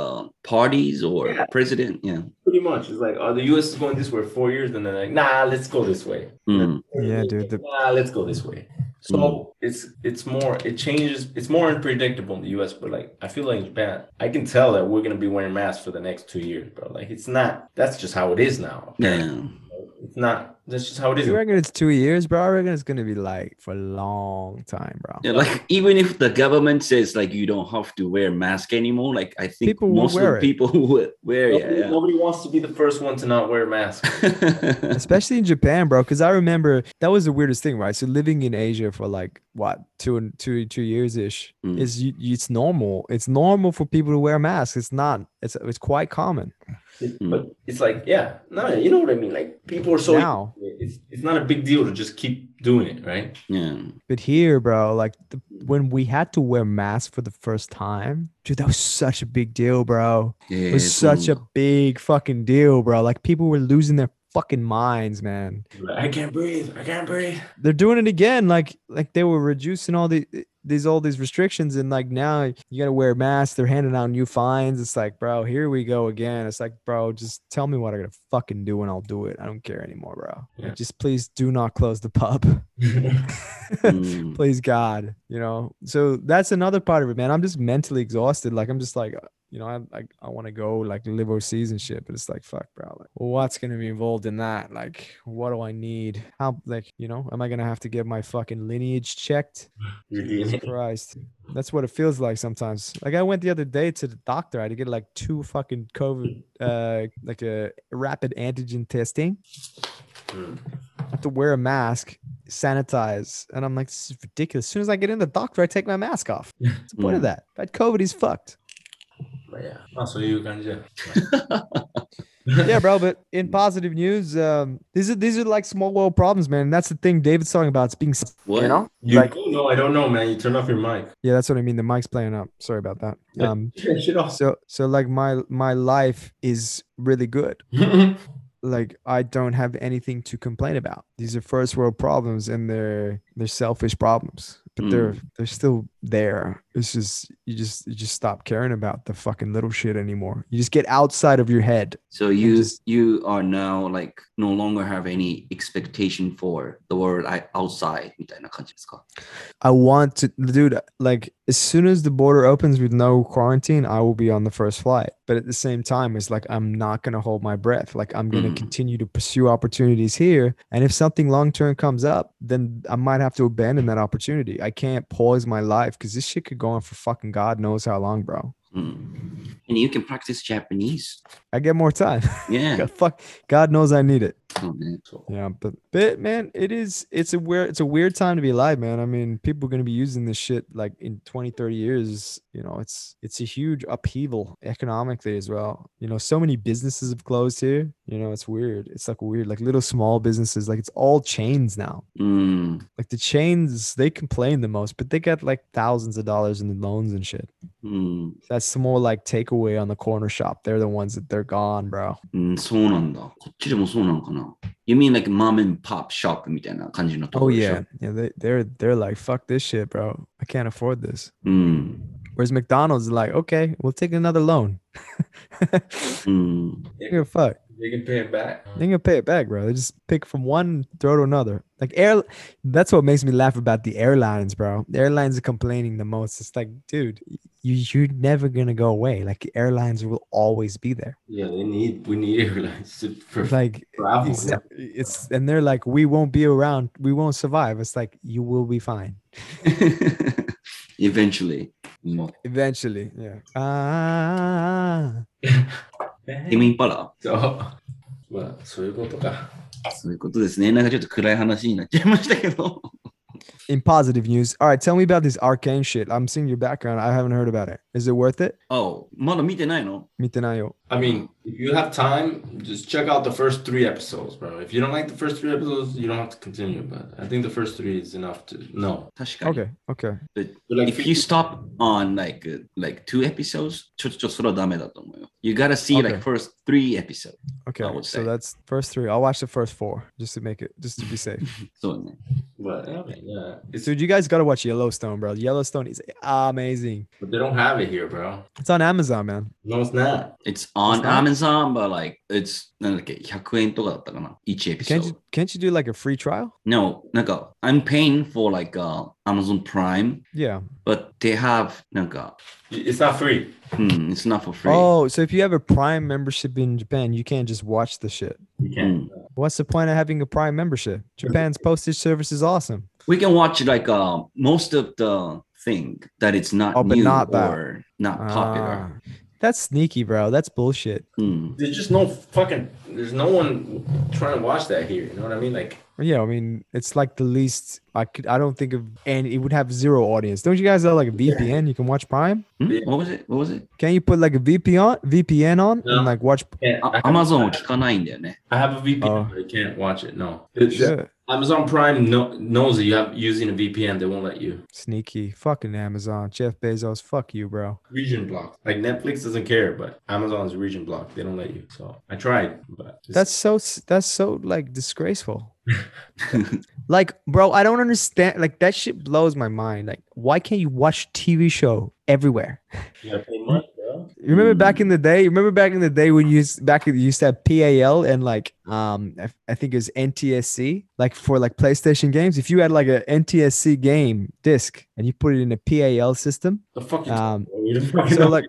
Speaker 2: parties or
Speaker 3: Yeah.
Speaker 2: president? Yeah.
Speaker 3: pretty much, it's like oh, the U.S. is going this way for four years, and then like nah, let's go this way.
Speaker 2: うん。
Speaker 1: yeah dude the, Hmm.
Speaker 3: Nah, let's go this way. So it's it's more it changes it's more unpredictable in the US, but like I feel like in Japan, I can tell that we're gonna be wearing masks for the next two years, bro. Like it's not that's just how it is now.
Speaker 2: Yeah.
Speaker 3: It's not that's just how it is.
Speaker 1: you reckon it's two years bro i reckon it's gonna be like for a long time bro
Speaker 2: Yeah, like even if the government says like you don't have to wear mask anymore, like I think
Speaker 1: People will
Speaker 2: most of
Speaker 1: wear
Speaker 2: the
Speaker 1: it.
Speaker 2: people will wear it.
Speaker 3: Nobody,
Speaker 2: Yeah,
Speaker 3: nobody wants to be the first one to not wear a mask.
Speaker 2: yeah.
Speaker 1: especially in Japan, bro. Because I remember that was the weirdest thing, right? So living in Asia for like what two and two two years ish
Speaker 2: Mm.
Speaker 1: is you, you- it's normal. It's normal for people to wear masks. It's not. It's it's quite common
Speaker 3: But it's like, yeah, no, you know what I mean. Like people are so
Speaker 1: now.
Speaker 3: it's it's not a big deal to just keep doing it, right?
Speaker 2: yeah.
Speaker 1: But here, bro, like the, when we had to wear masks for the first time, dude, that was such a big deal, bro. It
Speaker 2: yeah
Speaker 1: was such a
Speaker 2: so-
Speaker 1: big fucking deal, bro. Like people were losing their fucking minds, man.
Speaker 3: Like, I can't breathe, I can't breathe.
Speaker 1: they're doing it again like like they were reducing all the these all these restrictions and like now you gotta wear masks they're handing out new fines it's like bro here we go again it's like bro just tell me what i gotta fucking do and i'll do it i don't care anymore bro
Speaker 3: Yeah.
Speaker 1: just please do not close the pub
Speaker 2: Mm.
Speaker 1: please god you know so that's another part of it man i'm just mentally exhausted like i'm just like you know, I I, I want to go like live overseas and shit, but it's like fuck, bro. Like, what's gonna be involved in that? Like, what do I need? How like you know, am I gonna have to get my fucking lineage checked? Jesus Christ, that's what it feels like sometimes. Like I went the other day to the doctor. I had to get like two fucking COVID, uh, like a rapid antigen testing.
Speaker 3: Hmm,
Speaker 1: I have to wear a mask, sanitize, and I'm like, this is ridiculous. As soon as I get in the doctor, I take my mask off. What's the point of that? If I had COVID, he's fucked.
Speaker 3: But yeah. Ah, so you can just
Speaker 1: yeah, bro. But in positive news, um, these are these are like small world problems, man. That's the thing David's talking about. It's being s-
Speaker 2: What?
Speaker 5: You know?
Speaker 3: you
Speaker 5: Like-
Speaker 3: go, no, I don't know, man. You turn off your mic.
Speaker 1: yeah, that's what I mean. The mic's playing up. Sorry about that. Um,
Speaker 3: Shut off.
Speaker 1: so so like my my life is really good. Like I don't have anything to complain about. These are first world problems, and they're they're selfish problems, but they're they're still there. It's just you just you just stop caring about the fucking little shit anymore. You just get outside of your head.
Speaker 2: So you you are now like no longer have any expectation for the world I- outside みたいな感じですか
Speaker 1: I want to, dude. Like as soon as the border opens with no quarantine, I will be on the first flight. But at the same time, it's like I'm not gonna hold my breath. Like I'm gonna
Speaker 2: Mm.
Speaker 1: continue to pursue opportunities here. And if something long term comes up, then I might have to abandon that opportunity. I can't pause my life because this shit could go on for fucking God knows how long, bro.
Speaker 2: うん。And Hmm. you can practice Japanese.
Speaker 1: I get more time.
Speaker 2: Yeah. Oh,
Speaker 1: God, fuck, God knows I need it.
Speaker 2: そうね。
Speaker 1: Yeah, but but man, it is it's a weird it's a weird time to be alive, man. I mean, people are gonna be using this shit like in 20, 30 years. You know, it's it's a huge upheaval economically as well. You know, so many businesses have closed here. You know, it's weird. It's like weird, like little small businesses, like it's all chains now.
Speaker 2: うん。
Speaker 1: Like the chains, they complain the most, but they got like thousands of dollars in loans and shit.
Speaker 2: うん。
Speaker 1: That's the more like takeaway on the corner shop. They're the ones that they're gone, bro.
Speaker 2: うん、Hmm. そうなんだ。こっちでもそうなのかな ?You mean like mom and pop shop みたいな感じのとこ
Speaker 1: Oh
Speaker 2: ろでしょ
Speaker 1: yeah. Yeah, they, they're they're like, fuck this shit, bro. I can't afford this.
Speaker 2: うん。
Speaker 1: Whereas McDonald's is like, okay, we'll take another loan. they
Speaker 2: うん。
Speaker 1: give a fuck.
Speaker 3: They can pay it back.
Speaker 1: They gonna pay it back, bro. They just pick from one, throw to another. Like air, that's what makes me laugh about the airlines, bro. The airlines are complaining the most. It's like, dude, you you're never gonna go away. Like the airlines will always be there.
Speaker 3: Yeah, they need we need airlines to for
Speaker 1: Like
Speaker 3: travel.
Speaker 1: exa- it's and they're like, we won't be around. We won't survive. It's like you will be fine
Speaker 2: Eventually. うん
Speaker 1: eventually. Yeah. Ah.
Speaker 2: t i m パラ
Speaker 3: そう。まあ、そういうことか。
Speaker 2: そういうことですね。なんかちょっと暗い話になっちゃいましたけど。
Speaker 1: in positive news. All right, tell me about this arcane shit. I'm seeing your background. I haven't heard about it. Is it worth it?
Speaker 2: Oh, まだ見てないの
Speaker 1: Mitanayo.
Speaker 3: I mean, if you have time, just check out the first three episodes, bro. If you don't like the first three episodes, you don't have to continue. But I think the first three is enough to know.
Speaker 2: 確かに。
Speaker 1: Okay, okay.
Speaker 2: But
Speaker 3: But like,
Speaker 2: if you stop on like uh, like two episodes, ちょちょそれはダメだと思うよ。You gotta see like
Speaker 1: Okay.
Speaker 2: first three episodes.
Speaker 1: Okay.
Speaker 2: I would
Speaker 1: So
Speaker 2: say.
Speaker 1: that's first three. I'll watch the first four just to make it just to be safe.
Speaker 2: そうね。
Speaker 3: but I mean, yeah, it's
Speaker 1: Dude, you guys gotta watch Yellowstone, bro. Yellowstone is amazing.
Speaker 3: but they don't have it here, bro.
Speaker 1: It's on Amazon, man.
Speaker 3: No, it's not.
Speaker 2: It's on
Speaker 1: It's not-
Speaker 2: Amazon, but like it's なんだっけ100円とかだったかな ?1 エピソー
Speaker 1: Can't
Speaker 2: ド
Speaker 1: you。can't you do like a free trial?
Speaker 2: No, なんか I'm paying for like、uh, Amazon Prime,
Speaker 1: Yeah.
Speaker 2: but they have なんか、
Speaker 3: It's not free.
Speaker 2: hmm, it's not for free.
Speaker 1: Oh, so if you have a Prime membership in Japan, you can't just watch the shit.
Speaker 3: You
Speaker 2: う
Speaker 3: can't.
Speaker 2: ん
Speaker 1: What's the point of having a Prime membership? Japan's postage service is awesome.
Speaker 2: We can watch like、uh, most of the thing that it's not
Speaker 1: Oh, but
Speaker 2: new
Speaker 1: not that.
Speaker 2: or not popular.
Speaker 1: Ah, that's sneaky, bro. That's bullshit.
Speaker 2: うん、
Speaker 3: There's just no fucking. There's no one trying to watch that here. You know what I mean? Like,
Speaker 1: Yeah, I mean, it's like the least I could. I don't think of, and it would have zero audience. Don't you guys have like a VPN? You can watch Prime.
Speaker 2: ん
Speaker 3: Yeah.
Speaker 2: What was it? What was it?
Speaker 1: Can you put like a VPN on, VPN on,
Speaker 3: No.
Speaker 1: and like watch?
Speaker 3: yeah,
Speaker 2: A- Amazon を聞かないんだよね。
Speaker 3: I have a VPN,
Speaker 1: Oh.
Speaker 3: but I can't watch it. No, It's-
Speaker 1: Shit.
Speaker 3: Amazon Prime no, knows that you have using a VPN. They won't let you.
Speaker 1: Sneaky, fucking Amazon, Jeff Bezos, fuck you, bro.
Speaker 3: Region blocked. Like Netflix doesn't care, but Amazon's region blocked. They don't let you. So I tried, but it's-
Speaker 1: That's so. s- That's so like disgraceful. like, bro, I don't understand. Like that shit blows my mind. Like, why can't you watch TV show everywhere?
Speaker 3: you gotta pay money, bro.
Speaker 1: You remember back in the day? You remember back in the day when you used back in, you used to have PAL and like um I, I think it was NTSC like for like PlayStation games. If you had like a NTSC game disc and you put it in a PAL system,
Speaker 3: The fuck you.
Speaker 1: um,
Speaker 3: talking about? You don't fucking
Speaker 1: so
Speaker 3: know.
Speaker 1: like-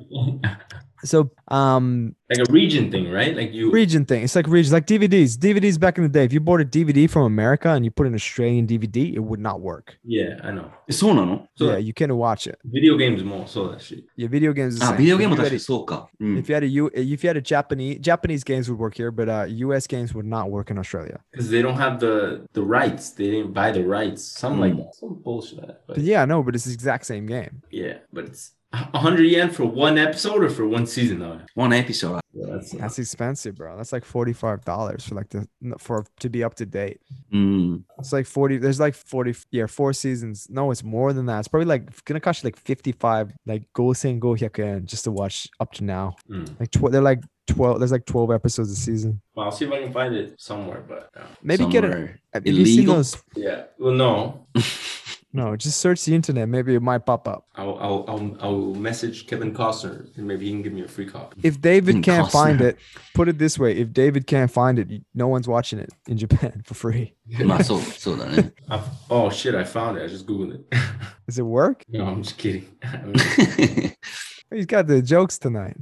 Speaker 1: So um
Speaker 3: Like a region thing, right? Like you
Speaker 1: region thing. It's like regions, like DVDs. DVDs back in the day, if you bought a DVD from America and you put an Australian DVD, it would not work.
Speaker 3: Yeah, I know.
Speaker 2: えそうなの
Speaker 3: そう
Speaker 1: yeah, you can't watch it.
Speaker 3: Video games more so that shit.
Speaker 1: Your Ah, video games. is the
Speaker 2: あ、
Speaker 1: same.
Speaker 2: ビデオゲーム
Speaker 1: If you had
Speaker 2: は確か
Speaker 1: a-
Speaker 2: にそうか。うん
Speaker 1: If you had a U, if you had a Japanese Japanese games would work here, but uh, U.S. games would not work in Australia.
Speaker 3: Because they don't have the the rights. They didn't buy the rights. Something
Speaker 1: Hmm.
Speaker 3: like
Speaker 2: Mm.
Speaker 3: that. Some bullshit. like that, But
Speaker 1: But yeah, no, but it's the exact same game.
Speaker 3: yeah, but it's a hundred yen for one episode or for one season though.
Speaker 2: One episode.
Speaker 3: Yeah, that's,
Speaker 1: That's expensive, bro. That's like forty five dollars for like the for to be up to date.
Speaker 2: うん。
Speaker 1: It's like forty. There's like forty. Yeah, four seasons. No, it's more than that. It's probably like it's gonna cost you like fifty five. Like go sing go hyakken just to watch up to now.
Speaker 3: Mm.
Speaker 1: Like tw- they're like twelve. There's like twelve episodes a season.
Speaker 3: Well, I'll see if I can find it somewhere, but uh,
Speaker 1: Maybe get it.
Speaker 2: Somewhere
Speaker 1: Have you seen
Speaker 2: illegal?
Speaker 1: those?
Speaker 3: yeah. Well, no,
Speaker 1: No, just search the internet. Maybe it might pop up.
Speaker 3: I'll, I'll I'll I'll message Kevin Costner and maybe he can give me a free copy.
Speaker 1: If David
Speaker 2: Mm,
Speaker 1: can't
Speaker 2: cost.
Speaker 1: find it, put it this way: if David can't find it, y- no one's watching it in Japan for free.
Speaker 2: まあそう、そうだね。
Speaker 3: I've, oh shit! I found it. I just googled it.
Speaker 1: Does it work?
Speaker 3: no, I'm just kidding.
Speaker 1: He's got the jokes tonight.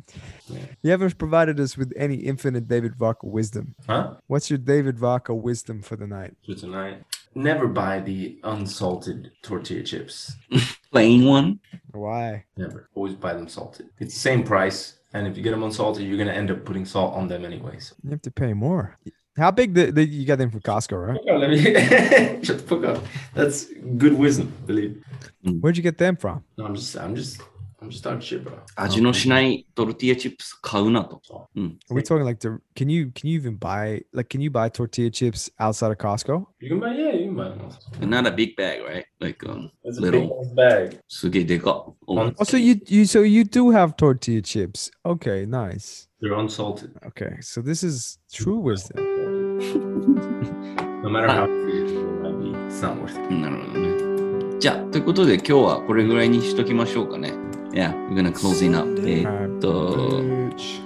Speaker 3: Yeah.
Speaker 1: You haven't provided us with any infinite David Vaca wisdom.
Speaker 3: huh?
Speaker 1: What's your David Vaca wisdom for the night?
Speaker 3: So tonight, never buy the unsalted tortilla chips.
Speaker 2: Plain one?
Speaker 1: Why?
Speaker 3: Never. Always buy them salted. It's the same price, and if you get them unsalted, you're gonna end up putting salt on them anyway. So.
Speaker 1: You have to pay more. How big the, the you got them from Costco, right?
Speaker 3: Let me shut the fuck up. That's good wisdom, believe. me.
Speaker 1: Where'd you get them from?
Speaker 3: No, I'm just, I'm just, I'm just talking shit, bro.
Speaker 2: 味のしないトルティアチップス買うなと。
Speaker 1: Are we talking like the can you can you even buy like can you buy tortilla chips outside of Costco?
Speaker 3: You can buy, yeah, you can buy them.
Speaker 2: Not a big bag, right? Like, um,
Speaker 3: That's a big
Speaker 2: little.
Speaker 3: ass bag.
Speaker 2: すげえでかっ。お
Speaker 1: Oh, so you you so you do have tortilla chips. Okay, nice.
Speaker 3: They're unsalted.
Speaker 1: Okay, so this is true wisdom.
Speaker 3: No matter how big it might be, it's not worth it.
Speaker 2: なるほどね。じゃあ、ということで今日はこれぐらいにしときましょうかね。Yeah, we're gonna close it up. えーっと、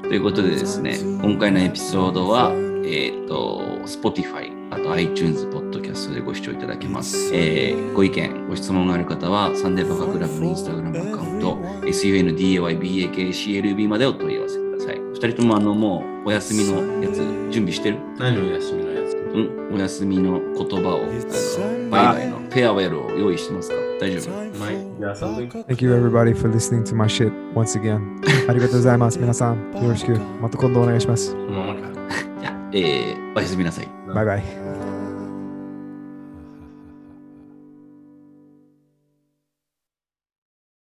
Speaker 2: ということでですね、今回のエピソードは、えーっと、Spotify、あと iTunes、Podcast でご視聴いただけます。えーご意見、ご質問がある方は、サンデーバカクラブのインスタグラムアカウント、SUNDAYBAKCLB までお問い合わせください。二人ともあの、もうお休みのやつ、準備してる
Speaker 3: I know yes, you know yes.
Speaker 2: うん、お休みの言葉を、あの、バイバイのペアウェルを用意してますか大丈夫
Speaker 3: Mike, you got something?
Speaker 1: Thank you everybody for listening to my shit once again. ありがとうございます。皆さん、よろしく。また今度お願いします。
Speaker 3: Come on,
Speaker 2: じゃあ、えー、おやすみなさい。
Speaker 1: バイバイ。
Speaker 3: Mike.